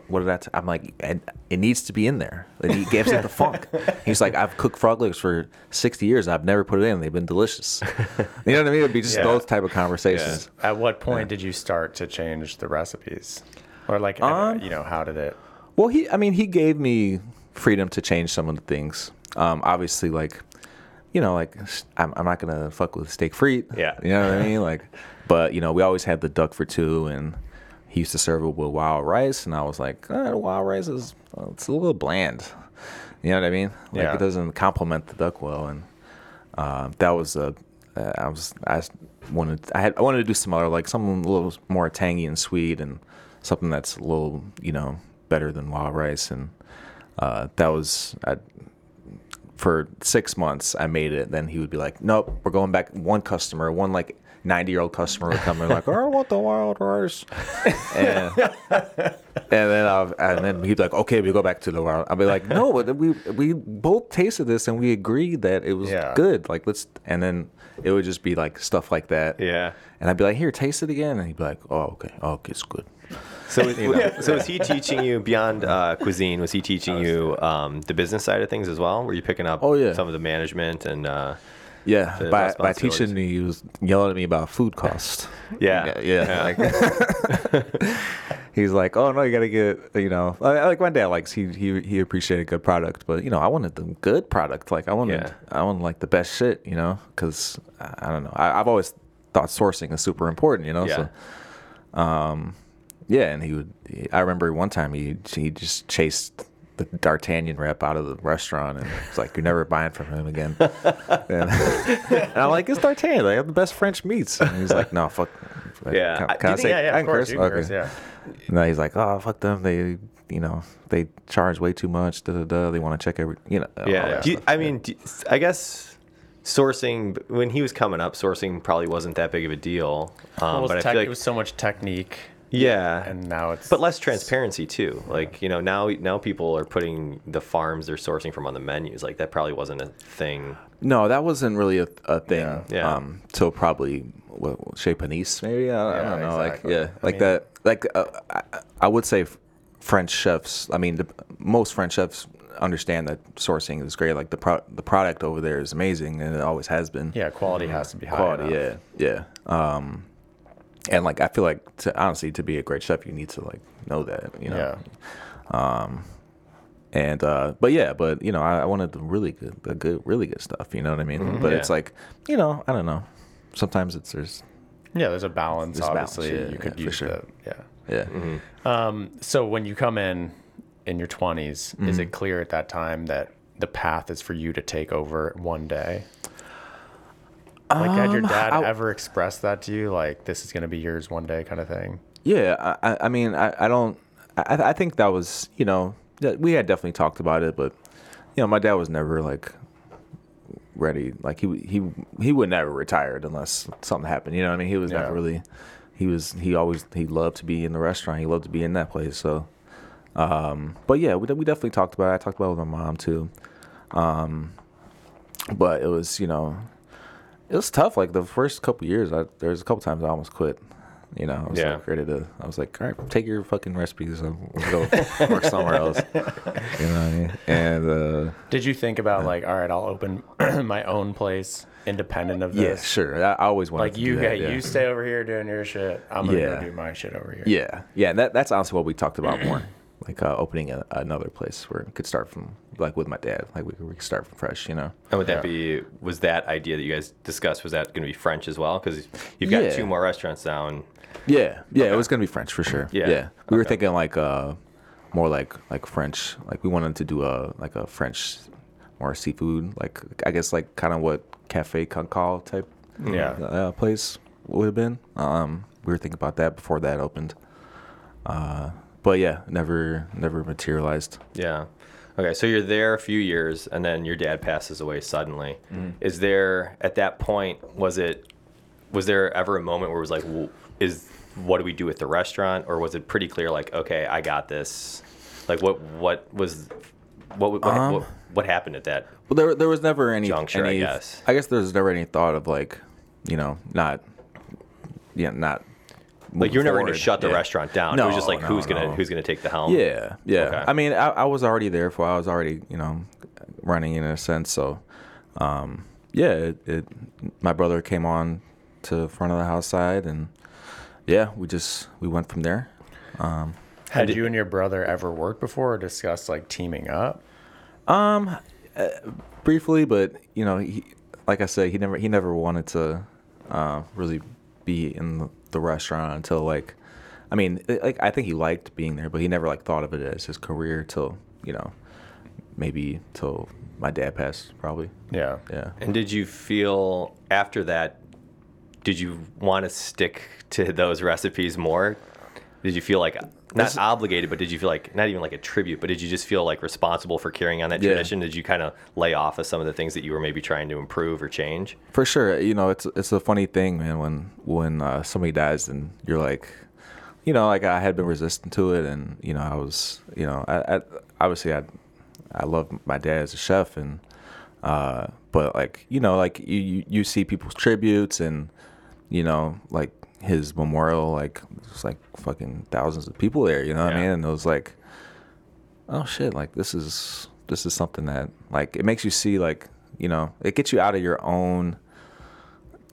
what did I? T-? I'm like, and it needs to be in there. And he gives it the funk. He's like, I've cooked frog legs for 60 years. I've never put it in. They've been delicious. You know what I mean? It'd be just Yeah. those type of conversations. At what point did you start to change the recipes, or like, Um, you know, how did it? Well, he, I mean, he gave me freedom to change some of the things. Um, obviously, like, you know, like s- I'm, I'm not gonna fuck with steak frite. Yeah. you know what I mean. Like, but you know, we always had the duck for two, and he used to serve it with wild rice, and I was like, eh, wild rice is uh, it's a little bland. You know what I mean? Like, Yeah. it doesn't complement the duck well, and uh, that was a. Uh, I was I s- wanted I had I wanted to do some other like something a little more tangy and sweet and something that's a little you know better than wild rice and uh, that was I for six months I made it, then he would be like, nope, we're going back. One customer, one like 90 year old customer would come and like, "Oh, I want the wild rice. and, and then I'll, and then he'd be like, okay, we go back to the wild. I'll be like, no, but we, we both tasted this and we agreed that it was Yeah. good. Like, let's, and then it would just be like stuff like that. Yeah. And I'd be like, here, taste it again. And he'd be like, oh, okay. Oh, okay, it's good. So, was, so was he teaching you beyond uh, cuisine? Was he teaching you um, the business side of things as well? Were you picking up Oh, yeah. some of the management and uh, Yeah, the by, by responsibilities. teaching me, he was yelling at me about food cost. yeah, yeah. like- he's like, "Oh no, you got to get you know." I- I Like my dad likes he he he appreciated good product, but you know, I wanted the good product. Like I wanted Yeah. I wanted like the best shit, you know, because I I don't know. I, I've always thought sourcing is super important, you know. Yeah. So, um, yeah, and he would. I remember one time he he just chased. The D'Artagnan rep out of the restaurant, and it's like you're never buying from him again. and, and I'm like, it's D'Artagnan. They have the best French meats. And he's like, no, fuck. Yeah. Can- I- can I say- yeah, yeah, I of can course, curse? you can Okay. curse, yeah. No, he's like, oh fuck them. They, you know, they charge way too much. Da da da. They want to check every, you know. all Oh, yeah. that Do you- stuff. I mean, do, I guess sourcing when he was coming up, sourcing probably wasn't that big of a deal. Um, Well, it, was but I tech- feel like it was so much technique, yeah, and now it's but less transparency too. Like you know now now people are putting the farms they're sourcing from on the menus. Like that probably wasn't a thing. no, that wasn't really a, a thing. Yeah. Yeah. Um, till probably what, Chez Panisse, maybe. I, I Yeah, don't know. exactly. Like, yeah, I like mean- that. Like, uh, I, I would say f- French chefs. I mean, the, most French chefs understand that sourcing is great. Like the pro- the product over there is amazing, and it always has been. yeah, quality has to be high. quality. enough. Yeah, yeah. Um, and like I feel like to honestly to be a great chef, you need to like know that, you know. yeah. And uh, but yeah, but you know, I, I wanted the really good, the good, really good stuff. You know what I mean? But it's Yeah. like, you know, I don't know. Sometimes it's there's Yeah, there's a balance. There's a balance, obviously, yeah, you could yeah, for use sure. the yeah. yeah. Um, so when you come in in your 20s, is Mm-hmm. it clear at that time that the path is for you to take over one day? Like, had your dad I- ever expressed that to you? Like, this is going to be yours one day, kind of thing? Yeah, I, I- I mean, I, I don't. I, I think that was, you know, that we had definitely talked about it, but you know, my dad was never like ready. Like he he he would never retired unless something happened. You know, what I mean, he was Yeah. never really. He was he always he loved to be in the restaurant. He loved to be in that place. So, um, but yeah, we de- we definitely talked about it. I talked about it with my mom too. Um, but it was you know, it was tough. Like the first couple years, I, there was a couple times I almost quit. You know, I was Yeah. like ready to. I was like, all right, take your fucking recipes and we'll go work somewhere else. You know what I mean? And uh, Did you think about, like, all right, I'll open my own place independent of yeah, this? sure. I, I always wanted Like, to you, do yeah, that, yeah. you stay over here doing your shit. I'm going to Yeah. go do my shit over here. Yeah, yeah. and That that's honestly what we talked about more, like uh, opening a, another place where we could start from, like with my dad, like we could, we could start from fresh, you know. And would that be was that idea that you guys discussed? Was that going to be French as well? Because you've got Yeah. two more restaurants down. Yeah, yeah. It was gonna be French for sure. Yeah. Yeah, we were Okay. thinking like uh, more like like French, like we wanted to do a like a French or seafood, like I guess like kind of what Cafe Concal type Yeah. uh, place would have been. Um, we were thinking about that before that opened. Uh, but yeah, never never materialized. Yeah. Okay, so you're there a few years, and then your dad passes away suddenly. Mm-hmm. Is there at that point? Was it? Was there ever a moment where it was like, w is what do we do with the restaurant, or was it pretty clear? Like, okay, I got this. Like, what? What was? What? What? Um, what, what happened at that? Well, there, there was never any Juncture, I any- guess. I guess there was never any thought of like, you know, not, yeah, not. Like, moving you're never going forward. to shut the Yeah. restaurant down. it was just No, like, who's no, gonna no. who's gonna take the helm? Yeah, yeah. Okay. I mean, I, I was already there for. I was already, you know, running in a sense. So, um, yeah, it, it. My brother came on to front of the house side, and yeah, we just we went from there. Um, Had you and your brother ever worked before or discussed, like, teaming up? Um, uh, briefly, but you know, he, like I said, he never he never wanted to uh, really be in the, the restaurant until like, I mean, i- like I think he liked being there, but he never like thought of it as his career till you know, maybe till my dad passed, probably. Yeah. Yeah. And did you feel after that? Did you want to stick to those recipes more? Did you feel like not obligated, but did you feel like not even like a tribute, but did you just feel like responsible for carrying on that Yeah. tradition? Did you kind of lay off of some of the things that you were maybe trying to improve or change? For sure, you know it's it's a funny thing, man. When when uh, somebody dies and you're like, you know, like I had been resistant to it, and you know I was, you know, I, I obviously I I love my dad as a chef, and uh, but like you know, like you you, you see people's tributes and you know like his memorial, like there's like fucking thousands of people there, you know what I Yeah. mean? And it was like, oh shit like this is this is something that like it makes you see like you know it gets you out of your own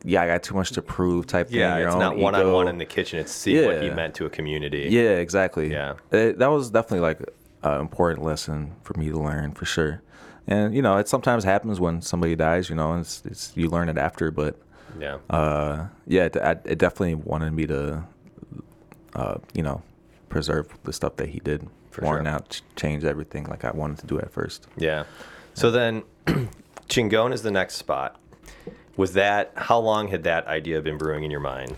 yeah i got too much to prove type Yeah, thing your it's own not one on one ego. in the kitchen. It's seeing what he Yeah. meant to a community. yeah exactly Yeah. It- that was definitely like an important lesson for me to learn for sure and you know it sometimes happens when somebody dies you know and it's, it's you learn it after but Yeah. uh yeah it, I, it definitely wanted me to uh you know preserve the stuff that he did For warn sure. out ch- change everything like i wanted to do at first Yeah. So then Chingon is the next spot. Was that how long had that idea been brewing in your mind?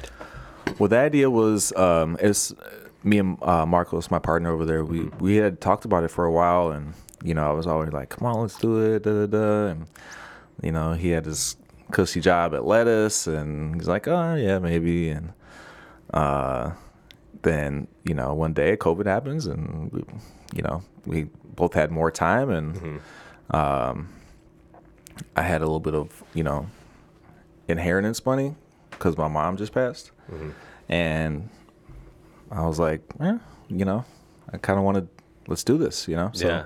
Well, the idea was um, it's me and uh, Marcos, my partner over there. We we had talked about it for a while, and you know, I was always like, "Come on, let's do it." Da, da, da. And you know, he had his cushy job at Lettuce, and he's like, "Oh yeah, maybe." And uh, then you know, one day COVID happens, and we, you know, we both had more time, and um, I had a little bit of you know inheritance money because my mom just passed, and I was like, eh, you know, I kind of wanted, let's do this, you know. So,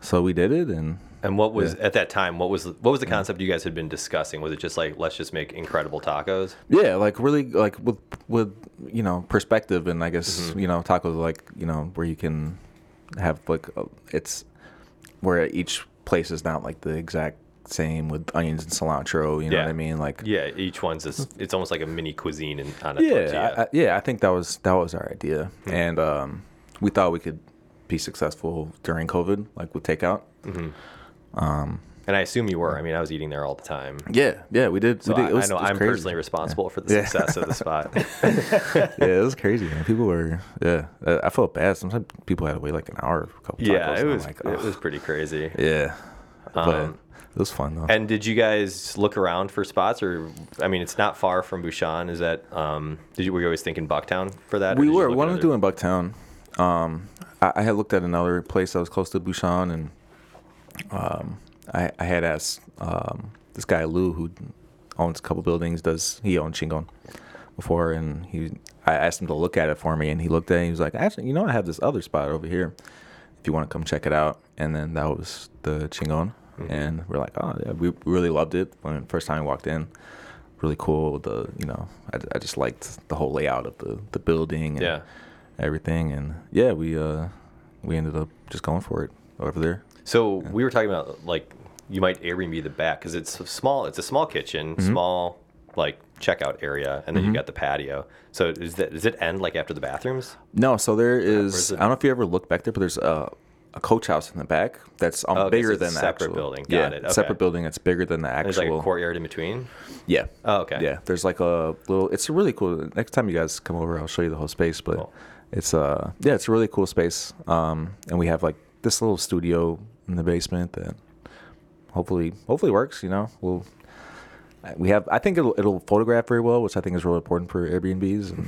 so we did it, and And what was at that time? What was what was Mm-hmm. the concept you guys had been discussing? Was it just like let's just make incredible tacos? yeah, like really, like with with you know perspective, and I guess Mm-hmm. you know tacos, like you know where you can have like a- it's where each place is not like the exact same with onions and cilantro. You know Yeah. what I mean? Like Yeah, each one's a, it's almost like a mini cuisine in, on a yeah, I, tortilla. I, yeah. I think that was that was our idea, Hmm. and um, we thought we could be successful during COVID, like with takeout. and I assume you were. I mean, I was eating there all the time. Yeah, yeah, we did. So we I, did. It was- I know it was I'm crazy. personally responsible for the Yeah. success of the spot. yeah, it was crazy, man. People were, yeah. I I felt bad. Sometimes people had to wait like an hour for a couple tacos. oh yeah, it and I'm was like, it "Ugh." was pretty crazy. yeah. but Um, it was fun though. And did you guys look around for spots, or I mean, it's not far from Bouchon. Is that um? Did you were you always thinking Bucktown for that? or we did you were. look We at wanted to other- do it in Bucktown. Um, I, I had looked at another place that was close to Bouchon, and um, I, I had asked um, this guy Lou, who owns a couple buildings, does he owned Shingon before, and he I asked him to look at it for me, and he looked at it. and He was like, actually, you know, I have this other spot over here. If you want to come check it out, and then that was the Chingon, and we're like, oh yeah, we really loved it when first time we walked in. Really cool. The you know, I, I just liked the whole layout of the the building. And Yeah. everything and yeah we uh we ended up just going for it over there So we were talking about like you might Airbnb the back because it's a small. It's a small kitchen, Mm-hmm. small like checkout area, and then you got the patio. So is that does it end like after the bathrooms? no so there where's is the- i don't know if you ever look back there but there's a a coach house in the back that's um, Oh, okay, so bigger it's a than the separate actual building. Got yeah it, okay. separate building that's bigger than the There's actual like a courtyard in between. yeah Oh, okay. yeah there's like a little it's a really cool next time you guys come over i'll show you the whole space but Cool. it's uh yeah it's a really cool space um and we have like this little studio in the basement that hopefully hopefully works you know we'll we have i think it'll, it'll photograph very well which i think is really important for airbnbs and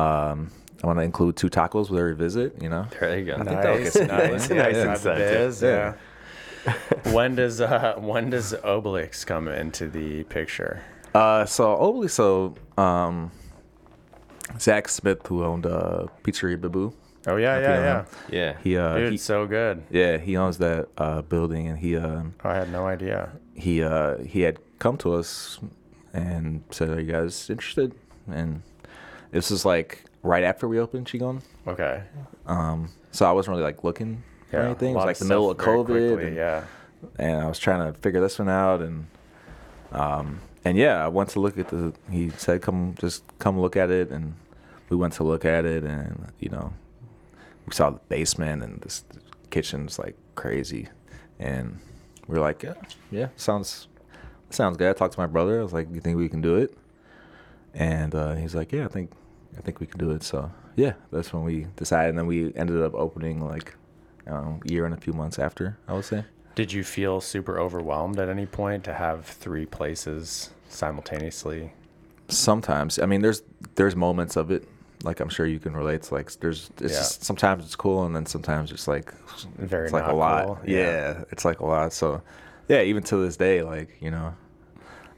um i want to include two tacos with every visit you know There you go. think that'll get some nice, people in. nice Yeah, yeah. incentive. Biz, yeah. when does uh, when does Obelix come into the picture? uh so hopefully so um zach smith who owned uh pizzeria baboo Oh yeah, you know yeah, him. Yeah. he uh yeah. Dude, he- so good. yeah he owns that uh building and he um I had no idea. he uh he had come to us and said, "Are you guys interested?" And this is like right after we opened Qigong. Okay. Um, so I wasn't really like looking for Yeah, anything. It a was lot like the stuff middle of very COVID, quickly, and, yeah. and I was trying to figure this one out. And um, and yeah, I went to look at the. He said, "Come, just come look at it." And we went to look at it, and you know, we saw the basement and this kitchen's like crazy, and we were like, yeah, yeah, sounds sounds good. I talked to my brother. I was like, you think we can do it? And uh, he's like, yeah, I think I think we can do it. So Yeah, that's when we decided, and then we ended up opening like um, a year and a few months after. I would say. Did you feel super overwhelmed at any point to have three places simultaneously? Sometimes, I mean, there's there's moments of it. Like I'm sure you can relate to. Like there's it's Yeah. just, sometimes it's cool, and then sometimes it's like Very it's like not a lot. cool. Yeah. it's like a lot. So yeah, even to this day, like you know,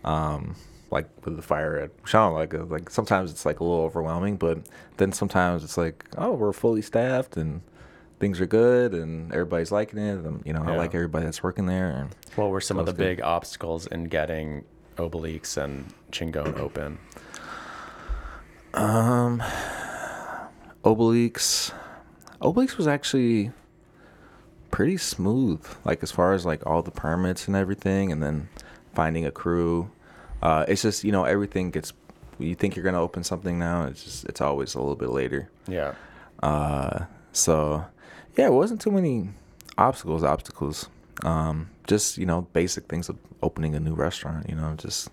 um, like with the fire at Sean, like uh, like sometimes it's like a little overwhelming, but then sometimes it's like oh, we're fully staffed and things are good and everybody's liking it. And, you know, I Yeah. like everybody that's working there. And, What were some of the That was good. big obstacles in getting Obelix and Chingon open? Um, Obelix. Obelix was actually pretty smooth, like as far as like all the permits and everything, and then finding a crew. Uh, it's just you know everything gets. You think you're gonna open something now, it's just it's always a little bit later. Yeah. Uh, so yeah, it wasn't too many obstacles. Obstacles. Um, just you know basic things of opening a new restaurant. You know, just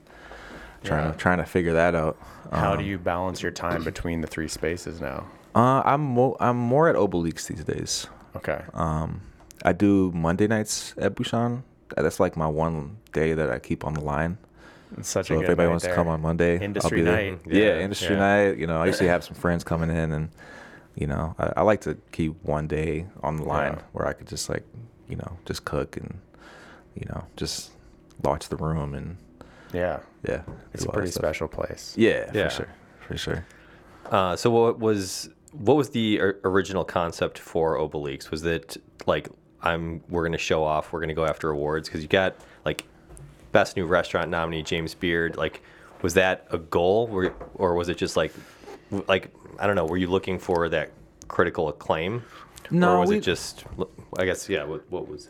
trying Yeah. to trying to figure that out. How Um, do you balance your time between the three spaces now? Uh, I'm mo- I'm more at Obelix these days. Okay. Um, I do Monday nights at Bouchon. That's like my one day that I keep on the line. It's such So a if good anybody night wants there. to come on Monday, Industry I'll be night. There. Yeah, Yeah, industry yeah. night. You know, I usually have some friends coming in, and you know, I, I like to keep one day on the line Yeah. where I could just like, you know, just cook and you know, just watch the room and Yeah. yeah, It's a do all that pretty stuff. special place. Yeah, Yeah. for sure, for sure. Uh, so what was what was the or- original concept for Obelix? Was it like I'm we're gonna show off, we're gonna go after awards because you got like best new restaurant nominee James Beard. Like, was that a goal, or, or was it just like w- like I don't know? Were you looking for that critical acclaim? No, or was we- it just I guess yeah. What, what was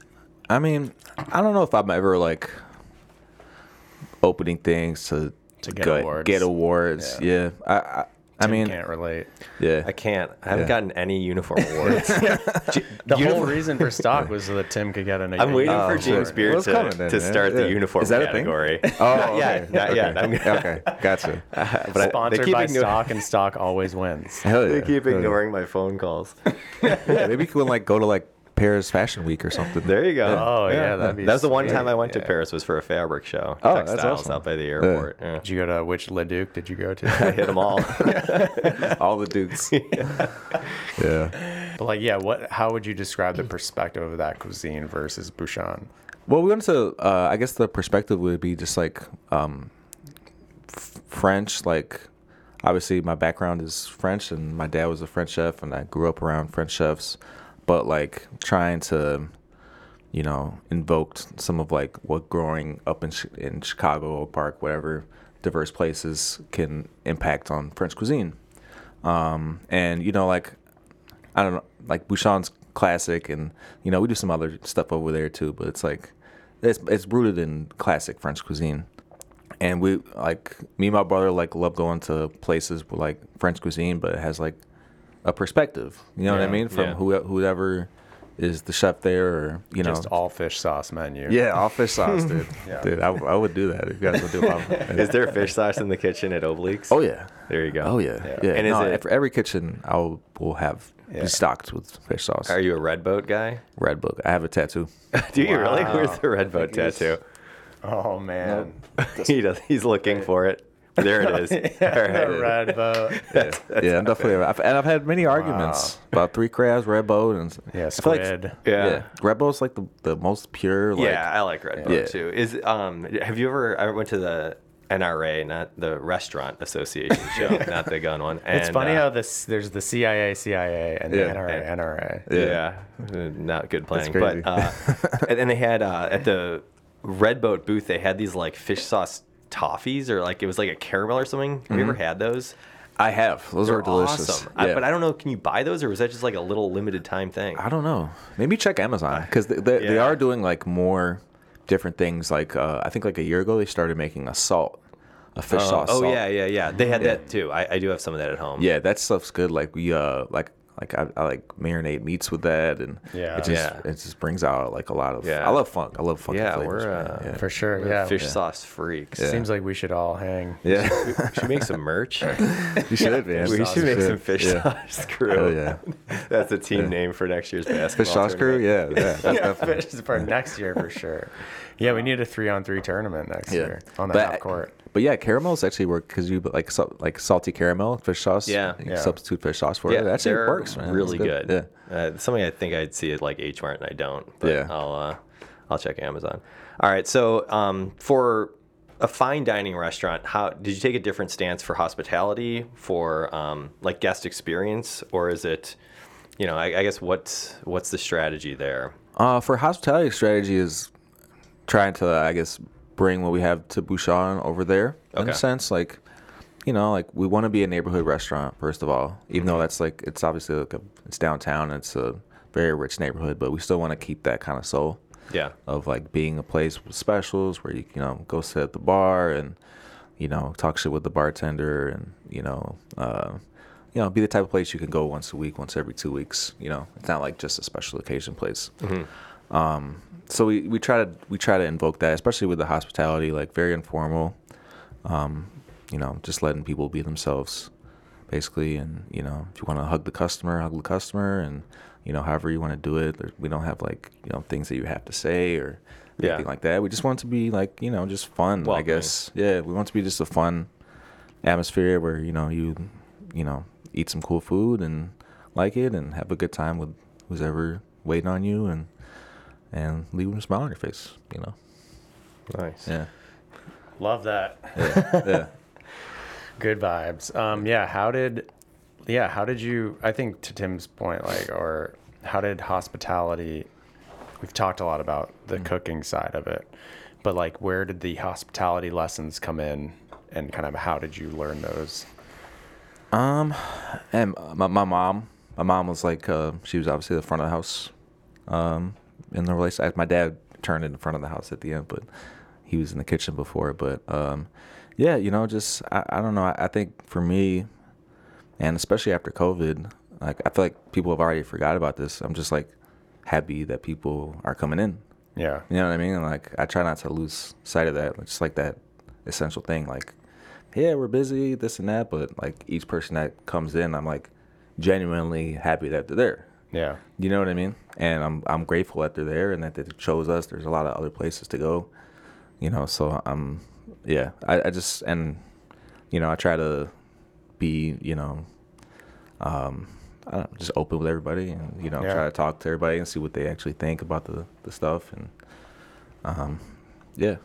I mean, I don't know if I'm ever like opening things to To get go- awards. Get awards. Yeah. I I, I Tim mean, can't relate. yeah. I can't. I haven't Yeah. gotten any uniform awards. The whole reason for stock was so that Tim could get an. I'm waiting for Oh, James sure. Beard Well, it's to, coming then, to man. start Yeah. the uniform Is that a thing? category. Oh, not yet, not yet. I'm Okay. okay. Gotcha. But I- they Sponsored keep by igno- stock, and stock always wins. Hell yeah. They keep Hell yeah. ignoring my phone calls. Yeah, maybe you can like go to like Paris Fashion Week or something. There you go. Oh yeah, that'd be. that was the one sweet. time I went to Paris was for a fabric show. Oh, that's Textiles awesome. out by the airport. Yeah. Did you go to which Leduc did you go I to? hit them all. All the Dukes. yeah. but like, yeah, what? How would you describe the perspective of that cuisine versus Bouchon? Well, we went to. Uh, I guess the perspective would be just like um, f- French. Like, obviously, my background is French, and my dad was a French chef, and I grew up around French chefs. But like trying to, you know, invoked some of like what growing up in Chi- in Chicago, Oak Park, whatever diverse places can impact on French cuisine. Um, and you know, like I don't know, like Bouchon's classic, and you know we do some other stuff over there too. But it's like it's it's rooted in classic French cuisine, and we like me and my brother like love going to places with like French cuisine, but it has like a perspective. You know what Yeah, I mean? From yeah. who whoever is the chef there, or you know, Just all fish sauce menu. yeah, all fish sauce, dude. Yeah. Dude, I, I would do that if you guys would do it. Is there fish sauce in the kitchen at Obliques? oh yeah. There you go. Oh yeah, yeah. And is no, it- for every kitchen, I will will have Yeah. be stocked with fish sauce. Are you a red boat guy? Red book. I have a tattoo. Do you really? Wow. Where's the red boat tattoo? Oh man. he does, he's looking for it. There it is. All right. The red boat. yeah, I'm definitely. I've, and I've had many arguments about three crabs, red boat, and Yeah, I feel like- squid. yeah. Yeah. red boat's like the, the most pure. Like, yeah, I like Red Boat Yeah. too. Is um, have you ever? I went to the NRA, not the Restaurant Association show, not the gun one. And, It's funny uh, how this there's the CIA, CIA, and the Yeah. NRA, NRA. Yeah. Uh, not good planning. crazy. But uh, and, and they had uh, at the Red Boat booth, they had these like fish sauce toffees or like it was like a caramel or something. Have you ever had those? I have. Mm-hmm. Those are delicious. Awesome. Yeah. I, but I don't know. Can you buy those or was that just like a little limited time thing? I don't know. Maybe check Amazon because they, they, they Yeah. are doing like more different things. Like uh, I think like a year ago they started making a salt, a fish Uh, sauce. oh salt. yeah, yeah, yeah. They had that too. I, I do have some of that at home. Yeah, that stuff's good. Like we uh like Like I, I like marinate meats with that, and Yeah. it just Yeah. it just brings out like a lot of. Yeah. I love funk. I love funk. Yeah, flavors, we're, man. uh, yeah. for sure. Yeah. Fish sauce freaks. Yeah. Seems like we should all hang. Yeah, Should make some merch. you should, man. we You should make some fish Yeah. sauce crew. Hell yeah. That's the team name for next year's basketball. Fish sauce crew. tournament. Yeah, yeah. That's yeah, definitely- fish is for next year for sure. Yeah, we need a three on three tournament next year on the but, half court. But yeah, caramels actually work because you put, like sal- like salty caramel fish sauce. Yeah. you Yeah. substitute fish sauce for it. It actually they're works, man. It's Really good. Yeah. Uh, something I think I'd see at like H Mart and I don't. But Yeah. I'll uh, I'll check Amazon. All right. So um, for a fine dining restaurant, how did you take a different stance for hospitality, for um, like guest experience, or is it, you know, I, I guess what's what's the strategy there? Uh, for hospitality strategy is trying to, I guess, bring what we have to Bouchon over there in Okay. a sense. Like, you know, like we want to be a neighborhood restaurant first of all, even though that's like it's obviously like a, it's downtown. It's a very rich neighborhood, but we still want to keep that kind of soul Yeah. of like being a place with specials where you you know go sit at the bar and you know talk shit with the bartender and you know uh, you know be the type of place you can go once a week, once every two weeks. You know, it's not like just a special occasion place. Um, so we, we try to we try to invoke that, especially with the hospitality, like very informal. Um, you know, just letting people be themselves, basically. And you know, if you want to hug the customer, hug the customer, and you know, however you want to do it. There- We don't have like you know things that you have to say or Yeah. anything like that. We just want it to be like you know just fun. I Welcoming. guess yeah, we want it to be just a fun atmosphere where you know you you know eat some cool food and like it and have a good time with who's ever waiting on you and and leave them a smile on your face you know Nice. yeah Love that. yeah Good vibes. Um, yeah. How did, yeah, how did you? I think to Tim's point, like, or how did hospitality? We've talked a lot about the cooking side of it, but like, where did the hospitality lessons come in, and kind of how did you learn those? um and my, my mom my mom was like uh she was obviously the front of the house um in the relationship my dad turned in front of the house at the end but he was in the kitchen before but um yeah you know just i, I don't know I, I think for me and especially after COVID, like I feel like people have already forgot about this. I'm just like happy that people are coming in. Yeah. You know what I mean? And, Like I try not to lose sight of that, like, just like that essential thing. Like, yeah, we're busy, this and that, but like each person that comes in, I'm like genuinely happy that they're there. Yeah. You know what I mean? And I'm I'm grateful that they're there and that they chose us. There's a lot of other places to go, you know. So I'm, yeah. I, I just and, you know, I try to be, you know, um, I don't, just open with everybody and you know Yeah. try to talk to everybody and see what they actually think about the the stuff and, um, yeah.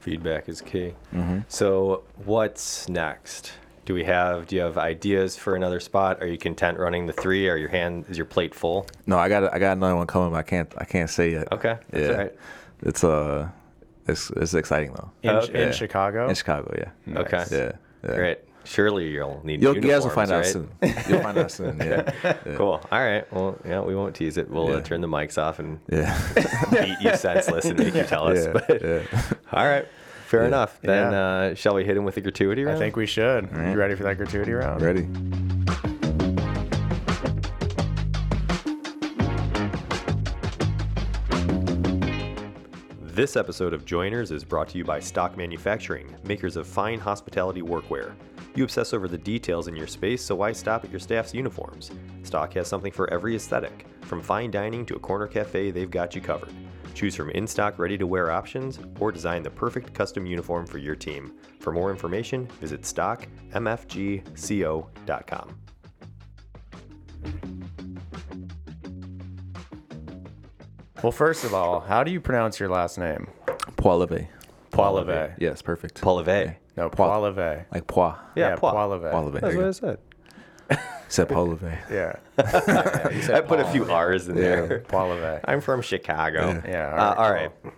Feedback is key. Mm-hmm. So what's next? Do we have? Do you have ideas for another spot? Are you content running the three? Are your hand is your plate full? No, I got I got another one coming. But I can't I can't say yet. Okay, that's yeah. all right. It's uh, it's it's exciting though. In, Okay. in Chicago. In Chicago, yeah. Okay. Yeah. yeah. Great. Surely you'll need. You'll, you guys will uniforms, find out right? soon. You'll find out soon. Yeah. Yeah. Cool. All right. Well, yeah, we won't tease it. We'll uh, Yeah. turn the mics off and Yeah. beat you senseless and make you tell us. Yeah, But all right, fair enough. Then Yeah. uh, shall we hit him with a gratuity I round? think we should. You ready for that gratuity round? Ready? This episode of Joiners is brought to you by Stock Manufacturing, makers of fine hospitality workwear. You obsess over the details in your space, so why stop at your staff's uniforms? Stock has something for every aesthetic. From fine dining to a corner cafe, they've got you covered. Choose from in stock, ready to wear options, or design the perfect custom uniform for your team. For more information, visit stockmfgco.com. Well, first of all, how do you pronounce your last name? Poileve. Poileve. Yes, perfect. Polave. No, Poileve. like poi. Yeah, Poi. Poileve. Poileve. That's There you what I go. said. Said Poileve. Yeah. I put a few R's in there. Poileve. I'm from Chicago. Yeah, Uh, all all right, right.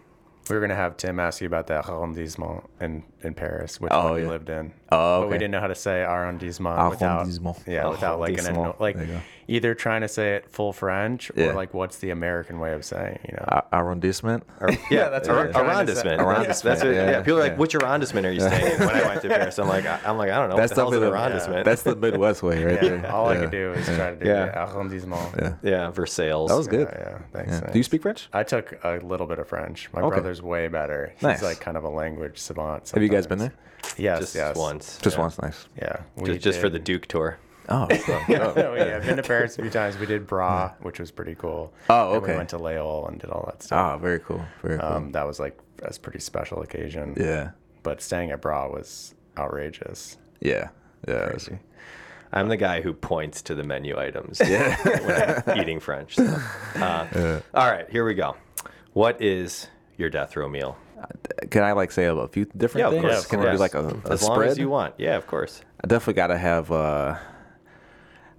We were gonna have Tim ask you about that arrondissement in in Paris, which Oh, one we yeah. lived in. But Oh, we okay. didn't know how to say arrondissement without, Arrondissement. yeah, without like an anno- Arrondissement. like There you go. either trying to say it full French Yeah. Ah, or like what's the American way of saying, it, you know? Ar- arrondissement. yeah, that's what I'm trying to say. arrondissement. That's, that's what, Arrondissement, yeah. yeah, People are like, yeah. "Which arrondissement are you staying?" in? When I went to Paris, I'm like, I- "I'm like, I don't know. That's what the hell's an definitely arrondissement?" the, that's the Midwest way, right there. All I Yeah. could do is try to do Yeah. the arrondissement. Yeah. yeah, Versailles. That was good. Yeah, yeah, thanks. Yeah. thanks. Do you speak French? I took a little bit of French. My brother's way better. He's Nice. like kind of a language savant. Have you guys been there? sometimes. Yes, just yes. once. Just yeah. once, nice. Yeah, we Just, just for did- the Duke tour. Oh, oh, yeah, I've been to Paris a few times. We did Bra, which was pretty cool. Oh, And we okay. went to Laol and did all that stuff. ah, very cool. Very cool. Um, that was like a s- pretty special occasion. yeah, But staying at Bra was outrageous. yeah, yeah. Crazy. I'm the guy who points to the menu items when I'm eating French. so. Uh, All right, here we go. What is your death row meal? Can I like say a few different things? course, Can of I do course. like a, a as spread? long as you want. Yeah, of course. I definitely gotta have. uh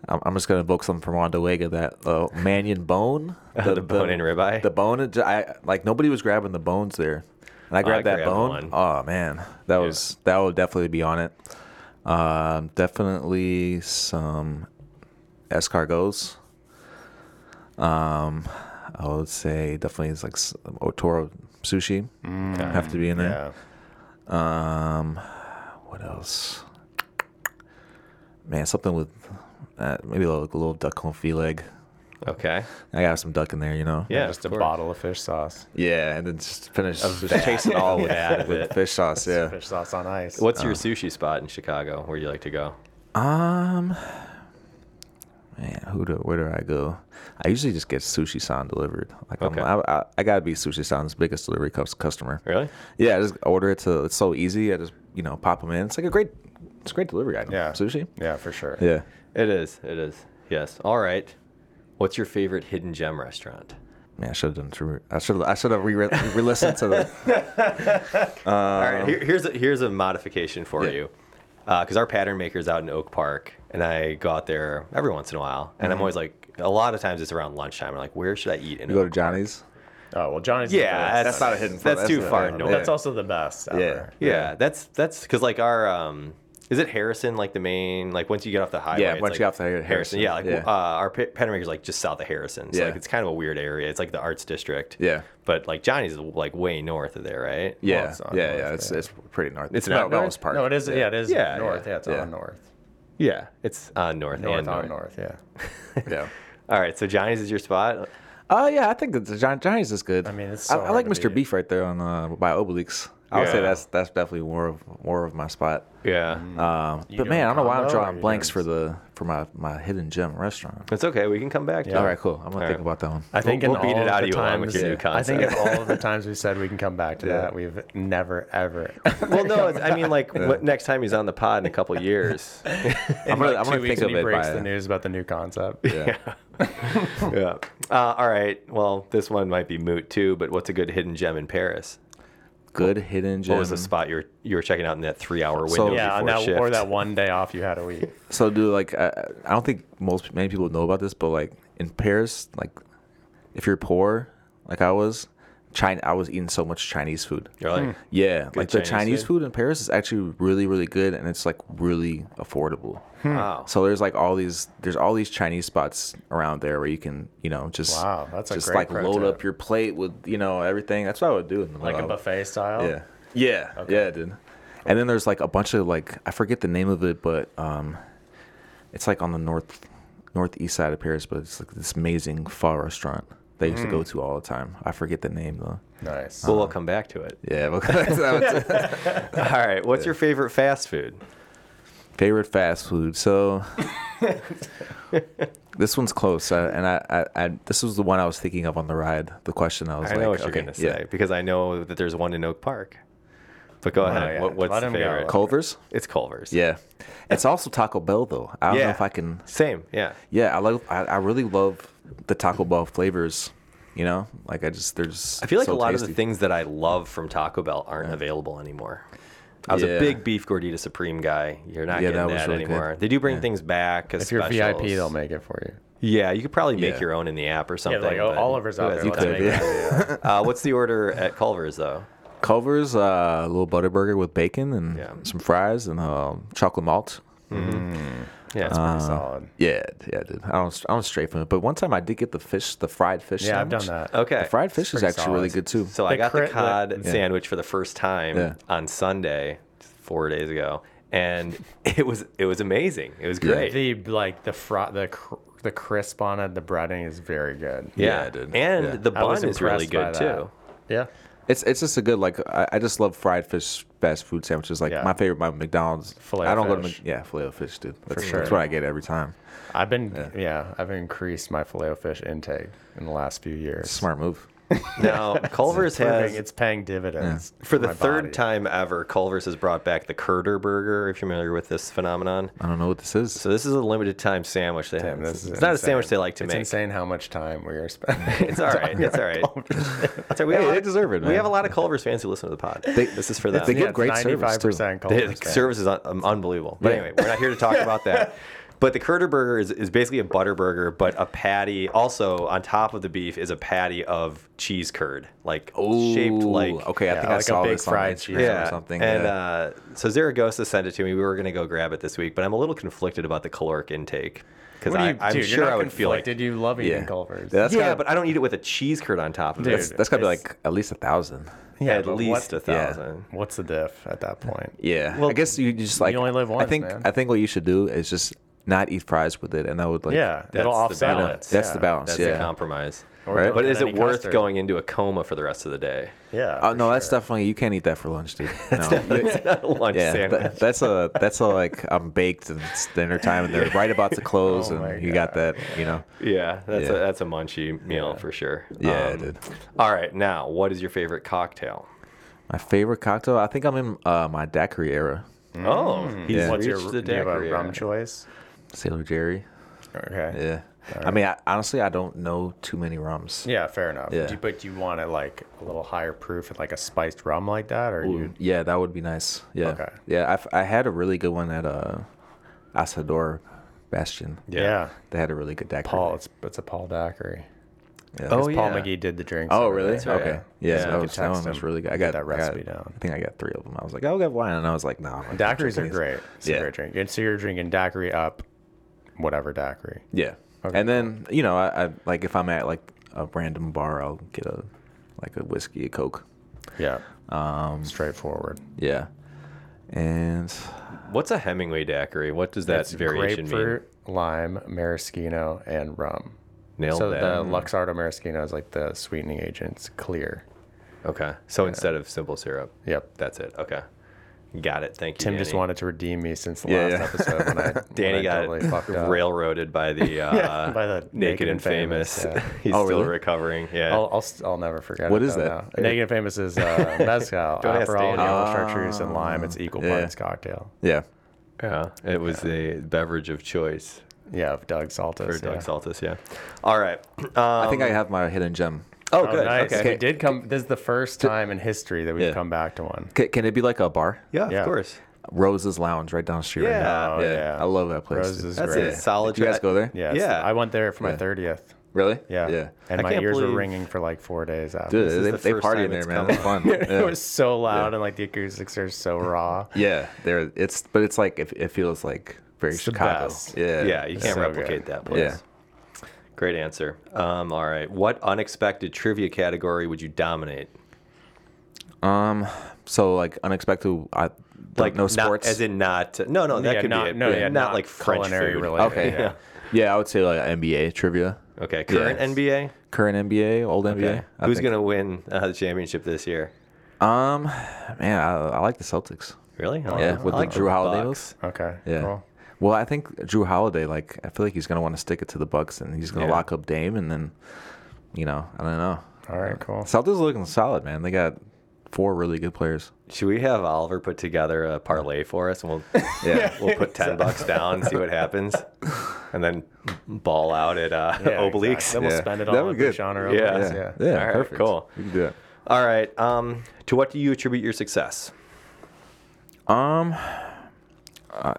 I'm I'm just gonna evoke something from Ronda Wega that uh, Manion bone, The bone and ribeye? the bone. and- I like nobody was grabbing the bones there, and I grabbed that grabbed bone. one. Oh man, that was that would definitely be on it. Um, definitely some escargots. Um, I would say definitely it's like s- Otoro sushi Mm. have to be in there. Yeah. Um, what else? Man, something with uh, maybe like a little duck confit leg. Okay. I got some duck in there, you know. Yeah, Just of a course. bottle of fish sauce. yeah, and then just finish, just chase it all with, vat of with it. fish sauce. Yeah. Fish sauce on ice. What's your sushi spot in Chicago? Where do you like to go? Um, man, who do where do I go? I usually just get sushi san delivered. Like Okay. I'm, I, I, I gotta be sushi san's biggest delivery cus- customer. Really? Yeah, I just order it to. It's so easy. I just you know pop them in. It's like a great, it's a great delivery item. yeah. sushi. Yeah, for sure. Yeah. It is. It is. Yes. All right. What's your favorite hidden gem restaurant? Man, I should have done true. I should. I should have re listened to the. All right. Here, here's a, here's a modification for Yeah. you, because our pattern maker's out in Oak Park, and I go out there every once in a while, and I'm always like, a lot of times it's around lunchtime. I'm like, where should I eat? In You go Oak to Park? Johnny's. Oh, well, Johnny's. the Yeah, best. that's- not a hidden that's too not- far yeah. north. That's also the best. Ever. Yeah, that's that's because like our um, is it Harrison like the main like once you get off the highway? Yeah, it's once like you get off the highway, Harrison, Yeah, like yeah. Uh, our pa- pattern maker's like just south of Harrison, so Yeah. like it's kind of a weird area. It's like the arts district. Yeah. but like Johnny's is like way north of there, right? Yeah, it's on yeah, north, yeah. It's yeah. it's pretty north. It's No, not north? Bellis Park. No, it is. Yeah, it is Yeah, north. yeah, Yeah, it's yeah. on north. yeah, it's on north North and on north. north. Yeah. Yeah. All right, so Johnny's is your spot. Oh yeah, I think it's, John, Johnny's is good. I mean, it's I, so I hard like to Mr. beat. Beef right there on uh, by Obliques. I would Yeah. Mm. say that's that's definitely more of more of my spot. Yeah, Um, but doing man, I don't know why I'm combo or drawing you blanks doing- for the for my my hidden gem restaurant. it's okay. We can come back. to Yeah. it. All right, cool. I'm gonna All think right. about that one. I think we'll in beat all of it out the of you, Alan, with times- your new I think concept. of all of the times we said we can come back to that, we've never ever. Well, no, it's, I mean, like what, next time he's on the pod in a couple years. I'm gonna, I'm Two gonna weeks think when of he it breaks by the news about the new concept. Yeah. yeah. Uh, all right. Well, this one might be moot too. But what's a good hidden gem in Paris? good hidden gem. What was the spot you were you were checking out in that three hour window So- before Yeah, on that, shift? or that one day off you had a week. So, do like I, I don't think most many people know about this, but like in Paris, like if you're poor, like I was, China, I was eating so much Chinese food. You're like, Yeah, like the Chinese Chinese food? food in Paris is actually really, really good, and it's like really affordable. Hmm. wow. So there's like all these there's all these Chinese spots around there where you can you know just Wow, that's a just great like pro load tip. up your plate with you know everything. That's what I would do. In the Like a lab. buffet style. Yeah. Oh. Yeah. Yeah, it did. And then there's like a bunch of like I forget the name of it, but um, it's like on the north northeast side of Paris, but it's like this amazing pho restaurant that I used to Mm. go to all the time. I forget the name though. Nice. Well, we'll come back to it. Yeah. because- uh, All right. What's your favorite fast food? Favorite fast food. So this one's close, uh, and I, I, I this was the one I was thinking of on the ride. The question I was I like, know what okay, you're gonna say yeah. because I know that there's one in Oak Park. But go ahead. yeah. What, what's Let the him go. favorite? Culver's. It's Culver's. Yeah, it's also Taco Bell though. I don't Yeah. know if I can. Same. Yeah. Yeah, I love. I, I really love the Taco Bell flavors. You know, like I just there's. I feel like a lot of the things that I love from Taco Bell aren't available anymore. I was a Yeah. big beef gordita supreme guy. You're not Yeah, getting that was that, really good. anymore. They do bring things back. As if you're specials. VIP, they'll make it for you. Yeah, you could probably make Yeah. your own in the app or Yeah, something. like oh, but Oliver's out there. who has You Let's time? could, make it. yeah. Uh, what's the order at Culver's though? Culver's uh, a little butter burger with bacon and Yeah. some fries and um, chocolate malt. Yeah, Uh, it's pretty Uh-huh. solid. Yeah, yeah, dude. I don't, I don't stray from it. But one time I did get the fish, the fried fish. Yeah, I've done sandwich. that. Okay. The fried fish is pretty actually really solid. good too. So I The got crit- the cod the- sandwich for the first time Yeah. on Sunday, four days ago, and it was it was amazing. It was great. Yeah, The like the fr- the cr- the crisp on it, the breading is very good. Yeah, dude. and Yeah. the I was bun is really good impressed by too. that. Yeah. It's it's just a good like I, I just love fried fish fast food sandwiches. Like Yeah. my favorite by McDonald's. Filet I don't go to fish. Mc, yeah filet of fish, dude. That's, sure. that's what I get every time. I've been yeah. I've increased my filet o fish intake in the last few years. Smart move. Now Culver's It's proving- has it's paying dividends for the my third body. time ever. Culver's has brought back the Curder Burger. If you're familiar with this phenomenon, I don't know what this is. so this is a limited time sandwich they have. And It's, this is it's not a insane. sandwich they like to it's make. insane how much time we are spending. It's all right. It's all right. It's all right. We have Hey, a they lot- deserve it, We man. have a lot of Culver's fans who listen to the pod. this is for them. They get great service, too. The service is un- um, unbelievable. But Yeah. anyway, we're not here to talk about that. But the Curder Burger is, is basically a butter burger, but a patty also on top of the beef is a patty of cheese curd, like shaped Ooh, like okay, I yeah, think I like a saw big this on fried Instagram cheese. or yeah, something. And yeah. uh, so Zaragoza sent it to me. We were gonna go grab it this week, but I'm a little conflicted about the caloric intake because What do you, I'm dude, sure you're not I would feel like conflicted. you love eating Yeah. Culver's. Yeah, that's yeah, gotta- but I don't eat it with a cheese curd on top of That's- it. that's got to be it's- like at least a thousand. Yeah, at but least a what- yeah. thousand. What's the diff at that point? Yeah. Well, I guess you just like only live I once, think man. I think what you should do is just not eat fries with it, and that would like yeah, the it'll offset. it. balance. that's Yeah. the balance. That's a yeah. compromise. Or Right. don't But get is it any worth custard. going into a coma for the rest of the day? Yeah. Oh for no, that's sure. definitely you can't eat that for lunch, dude. No. Not a lunch Yeah, sandwich. th- that's a that's a like I'm baked and it's dinner time and they're right about to close Oh my and you got that you know yeah, that's a Yeah. that's a munchy meal for sure. Um, Yeah, dude. All right, now what is your favorite cocktail? my favorite cocktail I think I'm in uh, my daiquiri era Oh, he's Yeah. Mm. What's your reached do the you have a daiquiri. rum choice? Sailor Jerry Okay. yeah I mean I, honestly I don't know too many rums Yeah, fair enough. Yeah. Do you, but do you want it like a little higher proof and like a spiced rum like that, or you? yeah that would be nice yeah Okay. yeah I've, I had a really good one at uh Asador Bastion Yeah. they had a really good daiquiri Paul, it's it's a Paul Daiquiri. yeah. Oh, Paul yeah. McGee did the drinks. Oh over really? there. Okay. Yeah, So you that, can was, that one text was him, really good. I get got that I got- recipe down. I think I got three of them. I was like, I'll get wine, and I was like, Nah. I'm not drinking Daiquiris are these. great. It's Yeah. a great drink. And so you're drinking daiquiri up, whatever daiquiri. Yeah. And then you know, I, I like if I'm at like a random bar, I'll get a like a whiskey, a coke. Yeah. Um, Straightforward. Yeah. And What's a Hemingway daiquiri? What does that variation mean? grapefruit, lime, maraschino, and rum. Nailed so that. the Luxardo maraschino is like the sweetening agent. It's clear. okay, so instead of simple syrup, Yep. that's it. Okay, got it. Thank you. Tim just Danny. wanted to redeem me since the Yeah, last yeah. episode when I when I Danny got totally fucked up. railroaded by the uh, by the naked, and famous. yeah. Oh, He's Oh, still really? recovering. Yeah. I'll, I'll, st- I'll never forget. What it is though, that? now. Naked and Famous is uh, mezcal, Don't ask Aperol, Danny. Yellow Chartreuse, and lime. It's equal Ah. Yeah. parts cocktail. yeah, yeah. It was the beverage of choice Yeah, of Doug Saltis. for yeah. Doug Oh, Saltis. Yeah. All right. Um, I think I have my hidden gem. Oh, Um, Oh, good. nice. Okay. We did come. This is the first time in history that we've Yeah. come back to one. Can, can it be like a bar? Yeah, of Yeah. course. Rose's Lounge right down the street. Yeah. Right now. Oh, yeah. I love that place. Rose is dude. That's great. a solid. Did you guys track. go there? Yeah, it's- Yeah. I went there for my Yeah. thirtieth. Really? Yeah. Yeah. And I my can't ears were believe- ringing for like four days after. Dude, is they, the they first party time in there, it's man. come It's fun. Yeah. it was so loud and like the acoustics are so raw. yeah, there. It's but it's like it, it feels like very the Chicago. best. Yeah. Yeah, you can't so good. replicate that place. Yeah. Great answer. Um, all right. What unexpected trivia category would you dominate? Um, So like unexpected. I like no not- sports. as in not no no that Yeah, could not- be it, no, but yeah, not, not like French culinary food. related. okay. Yeah. Yeah. I would say like NBA trivia. Uh, Okay, current Yeah. NBA. Current NBA, old NBA. Okay. I Who's think. gonna win uh, the championship this year? Um, man, I, I like the Celtics. Really? Oh, I Yeah, like- with I the like Drew Holiday Bucks. moves. Okay. Yeah. Cool. Well, I think Drew Holiday, like, I feel like he's gonna want to stick it to the Bucks, and he's gonna Yeah. lock up Dame, and then, you know, I don't know. All right. Cool. Celtics are looking solid, man. They got four really good players. Should we have Oliver put together a parlay for us, and we'll Yeah. we'll put ten bucks down, and see what happens, and then ball out at uh, Yeah, Obelix. exactly. Then we'll Yeah. spend it That all would on good. Deshaun or Yeah. Obelix, yeah. Yeah. Yeah. All right, perfect. cool. We can do that. All right. Um, to what do you attribute your success? Um, uh,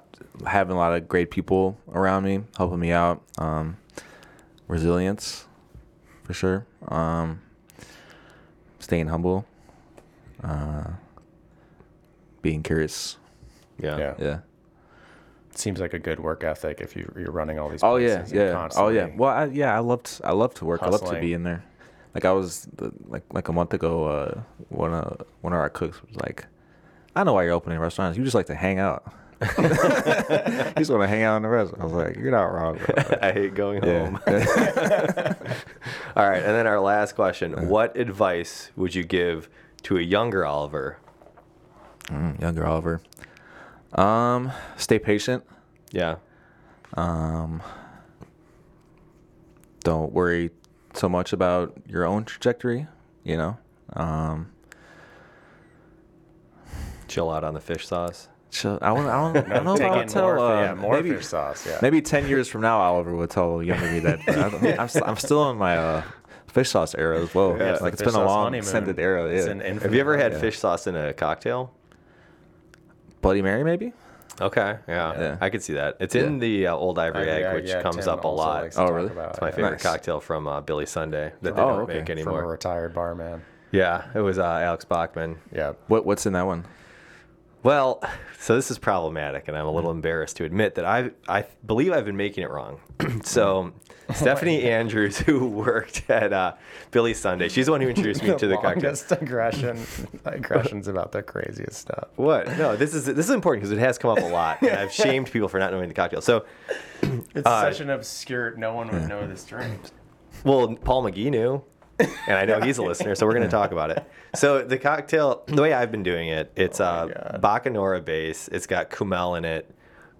having a lot of great people around me helping me out. Um, resilience, for sure. Um, staying humble. Uh, being curious. Yeah. Yeah. Yeah. It seems like a good work ethic if you, you're running all these. Oh yeah, places and yeah. Oh constantly- yeah. Well, I, yeah. I loved. I love to work. I love to Hustling. be in there. Like I was the- like like a month ago. Uh, one of one of our cooks was like, "I know why you're opening restaurants. You just like to hang out. you just want to hang out in the restaurant." I was like, "You're not wrong." Bro. I hate going home. Yeah. All right, and then our last question: What advice would you give to a younger Oliver? Mm, Younger Oliver. Um, stay patient. Yeah, Um, don't worry so much about your own trajectory. You know. Um. chill out on the fish sauce. Chill. I want. I don't, I don't know if Take I in would tell. more, fi- uh, yeah, more maybe, fish sauce. Yeah. maybe ten years from now, Oliver would tell younger me that. But I don't- I'm, st- I'm still in my uh, fish sauce era as well. Yeah, it's like the it's fish been a sauce long honeymoon. extended era. It's Yeah. an infinite- Have you ever had Yeah. fish sauce in a cocktail? Bloody Mary, maybe. Okay, yeah, Yeah. I could see that. It's Yeah. in the uh, old ivory, Ivory egg, egg, which yeah, comes Tim up a also lot. likes It's to Oh, talk really? about, It's my yeah. favorite Nice. cocktail from uh, Billy Sunday that they Oh, don't okay. make from From a anymore. retired barman. Yeah, it was uh, Alex Bachman. Yeah. What What's in that one? Well, so this is problematic, and I'm a little embarrassed to admit that I I believe I've been making it wrong. so Stephanie Andrews, who worked at uh, Billy Sunday, she's the one who introduced me to the cocktail. longest digression. digressions about the craziest stuff. What? No, this is this is important because it has come up a lot, and I've shamed people for not knowing the cocktail. So, It's such an obscure. No one would know this drink. well, Paul McGee knew, and I know he's a listener, so we're going to talk about it. So the cocktail, the way I've been doing it, it's uh, God. Bacanora base. It's got Kumel in it.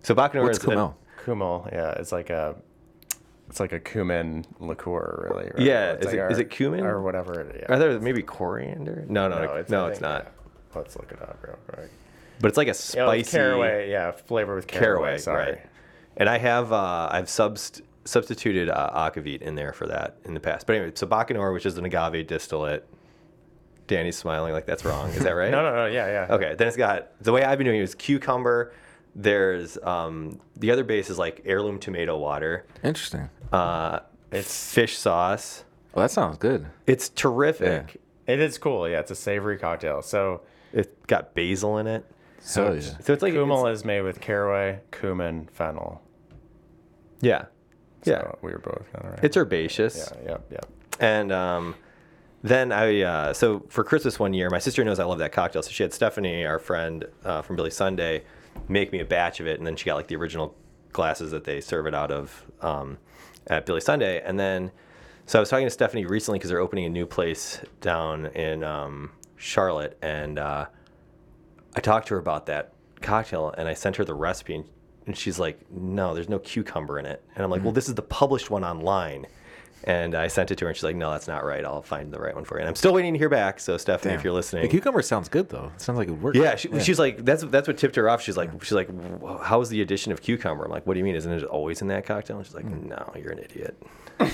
So Bacanora What's is a- Kumel? Kumel. Yeah, it's like a. It's like a cumin liqueur, really. Right? Yeah, It's is like it- is it cumin? or whatever? It, yeah. Are there maybe coriander? No, no, no, it's, I think- not. yeah. Let's look it up real quick. But it's like a Yeah, spicy with caraway. Yeah, flavor with caraway. caraway, sorry. right? And I have uh, I've subst- substituted uh, akavit in there for that in the past. But anyway, so bacanora, which is an agave distillate. Danny's smiling like that's wrong. Is that right? No, no, no. Yeah, yeah. Okay, then it's got the way I've been doing it is cucumber. There's um, the other base is like heirloom tomato water. Interesting. Uh, it's fish sauce. Well, that sounds good. It's terrific. It is cool. Yeah, it's a savory cocktail. So, It's got basil in it. so Hell yeah. So it's like Kumel it's- is made with caraway, cumin, fennel. yeah, yeah. So we were both kind of right. It's herbaceous. yeah, yeah, yeah. And um, then I, uh, so for Christmas one year, my sister knows I love that cocktail. So she had Stephanie, our friend uh, from Billy Sunday, make me a batch of it. And then she got like the original glasses that they serve it out of um, at Billy Sunday. And then, so I was talking to Stephanie recently because they're opening a new place down in um, Charlotte. And uh, I talked to her about that cocktail and I sent her the recipe and, and she's like, no, there's no cucumber in it. And I'm like, Mm-hmm. well, this is the published one online. And I sent it to her and she's like, no, that's not right. I'll find the right one for you. And I'm still waiting to hear back. So Stephanie, if you're the listening. cucumber sounds good though. It sounds like it would work. yeah, she, she's like that's that's what tipped her off. She's like she's like, "Wh- how is the addition of cucumber? I'm like, what do you mean? Isn't it always in that cocktail? And she's like, Mm. no, you're an idiot.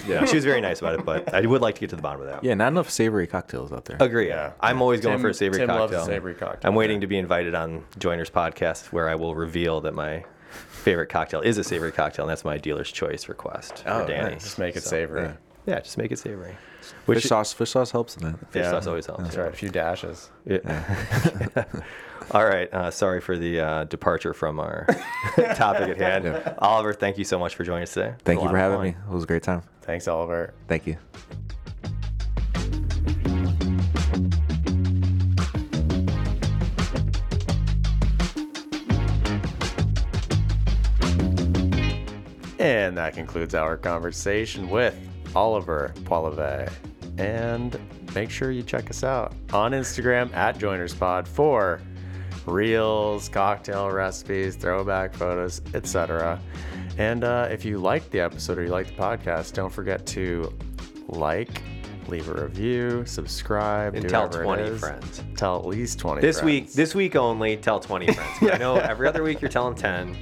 Yeah, she was very nice about it, but I would like to get to the bottom of that. Yeah, not enough savory cocktails out there. Agree. Yeah. I'm always going Tim- for a savory Tim cocktail. loves savory cocktail. I'm waiting to be invited on Joiner's podcast where I will reveal that my favorite cocktail is a savory cocktail, and that's my dealer's choice request Oh, for Danny. nice. Just make it savory. yeah. Yeah, just make it savory. Fish Which sauce. Fish sauce helps in that. fish yeah. sauce always helps. That's right. A few dashes. Yeah. All right. Uh, sorry for the uh, departure from our topic at hand. Yeah. Oliver, thank you so much for joining us today. It was Thank a you lot for of having fun. me. It was a great time. Thanks, Oliver. Thank you. And that concludes our conversation with Oliver Poileve. And make sure you check us out on Instagram at JoinersPod for reels, cocktail recipes, throwback photos, etc. And uh, if you liked the episode or you like the podcast, don't forget to like, leave a review, subscribe, And do tell whatever it 20 is. friends. Tell at least 20 This friends. week, this week only, tell 20 friends. But I know every other week you're telling 10.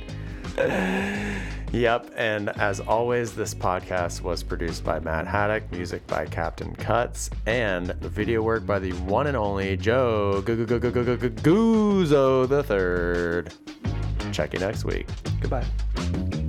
Yep. And as always, this podcast was produced by Matt Haddock, music by Captain Cuts, and the video work by the one and only Joe Gu- Gu- Gu- Gu- Gu- Gu- Guzo the Third. Check you next week. Goodbye.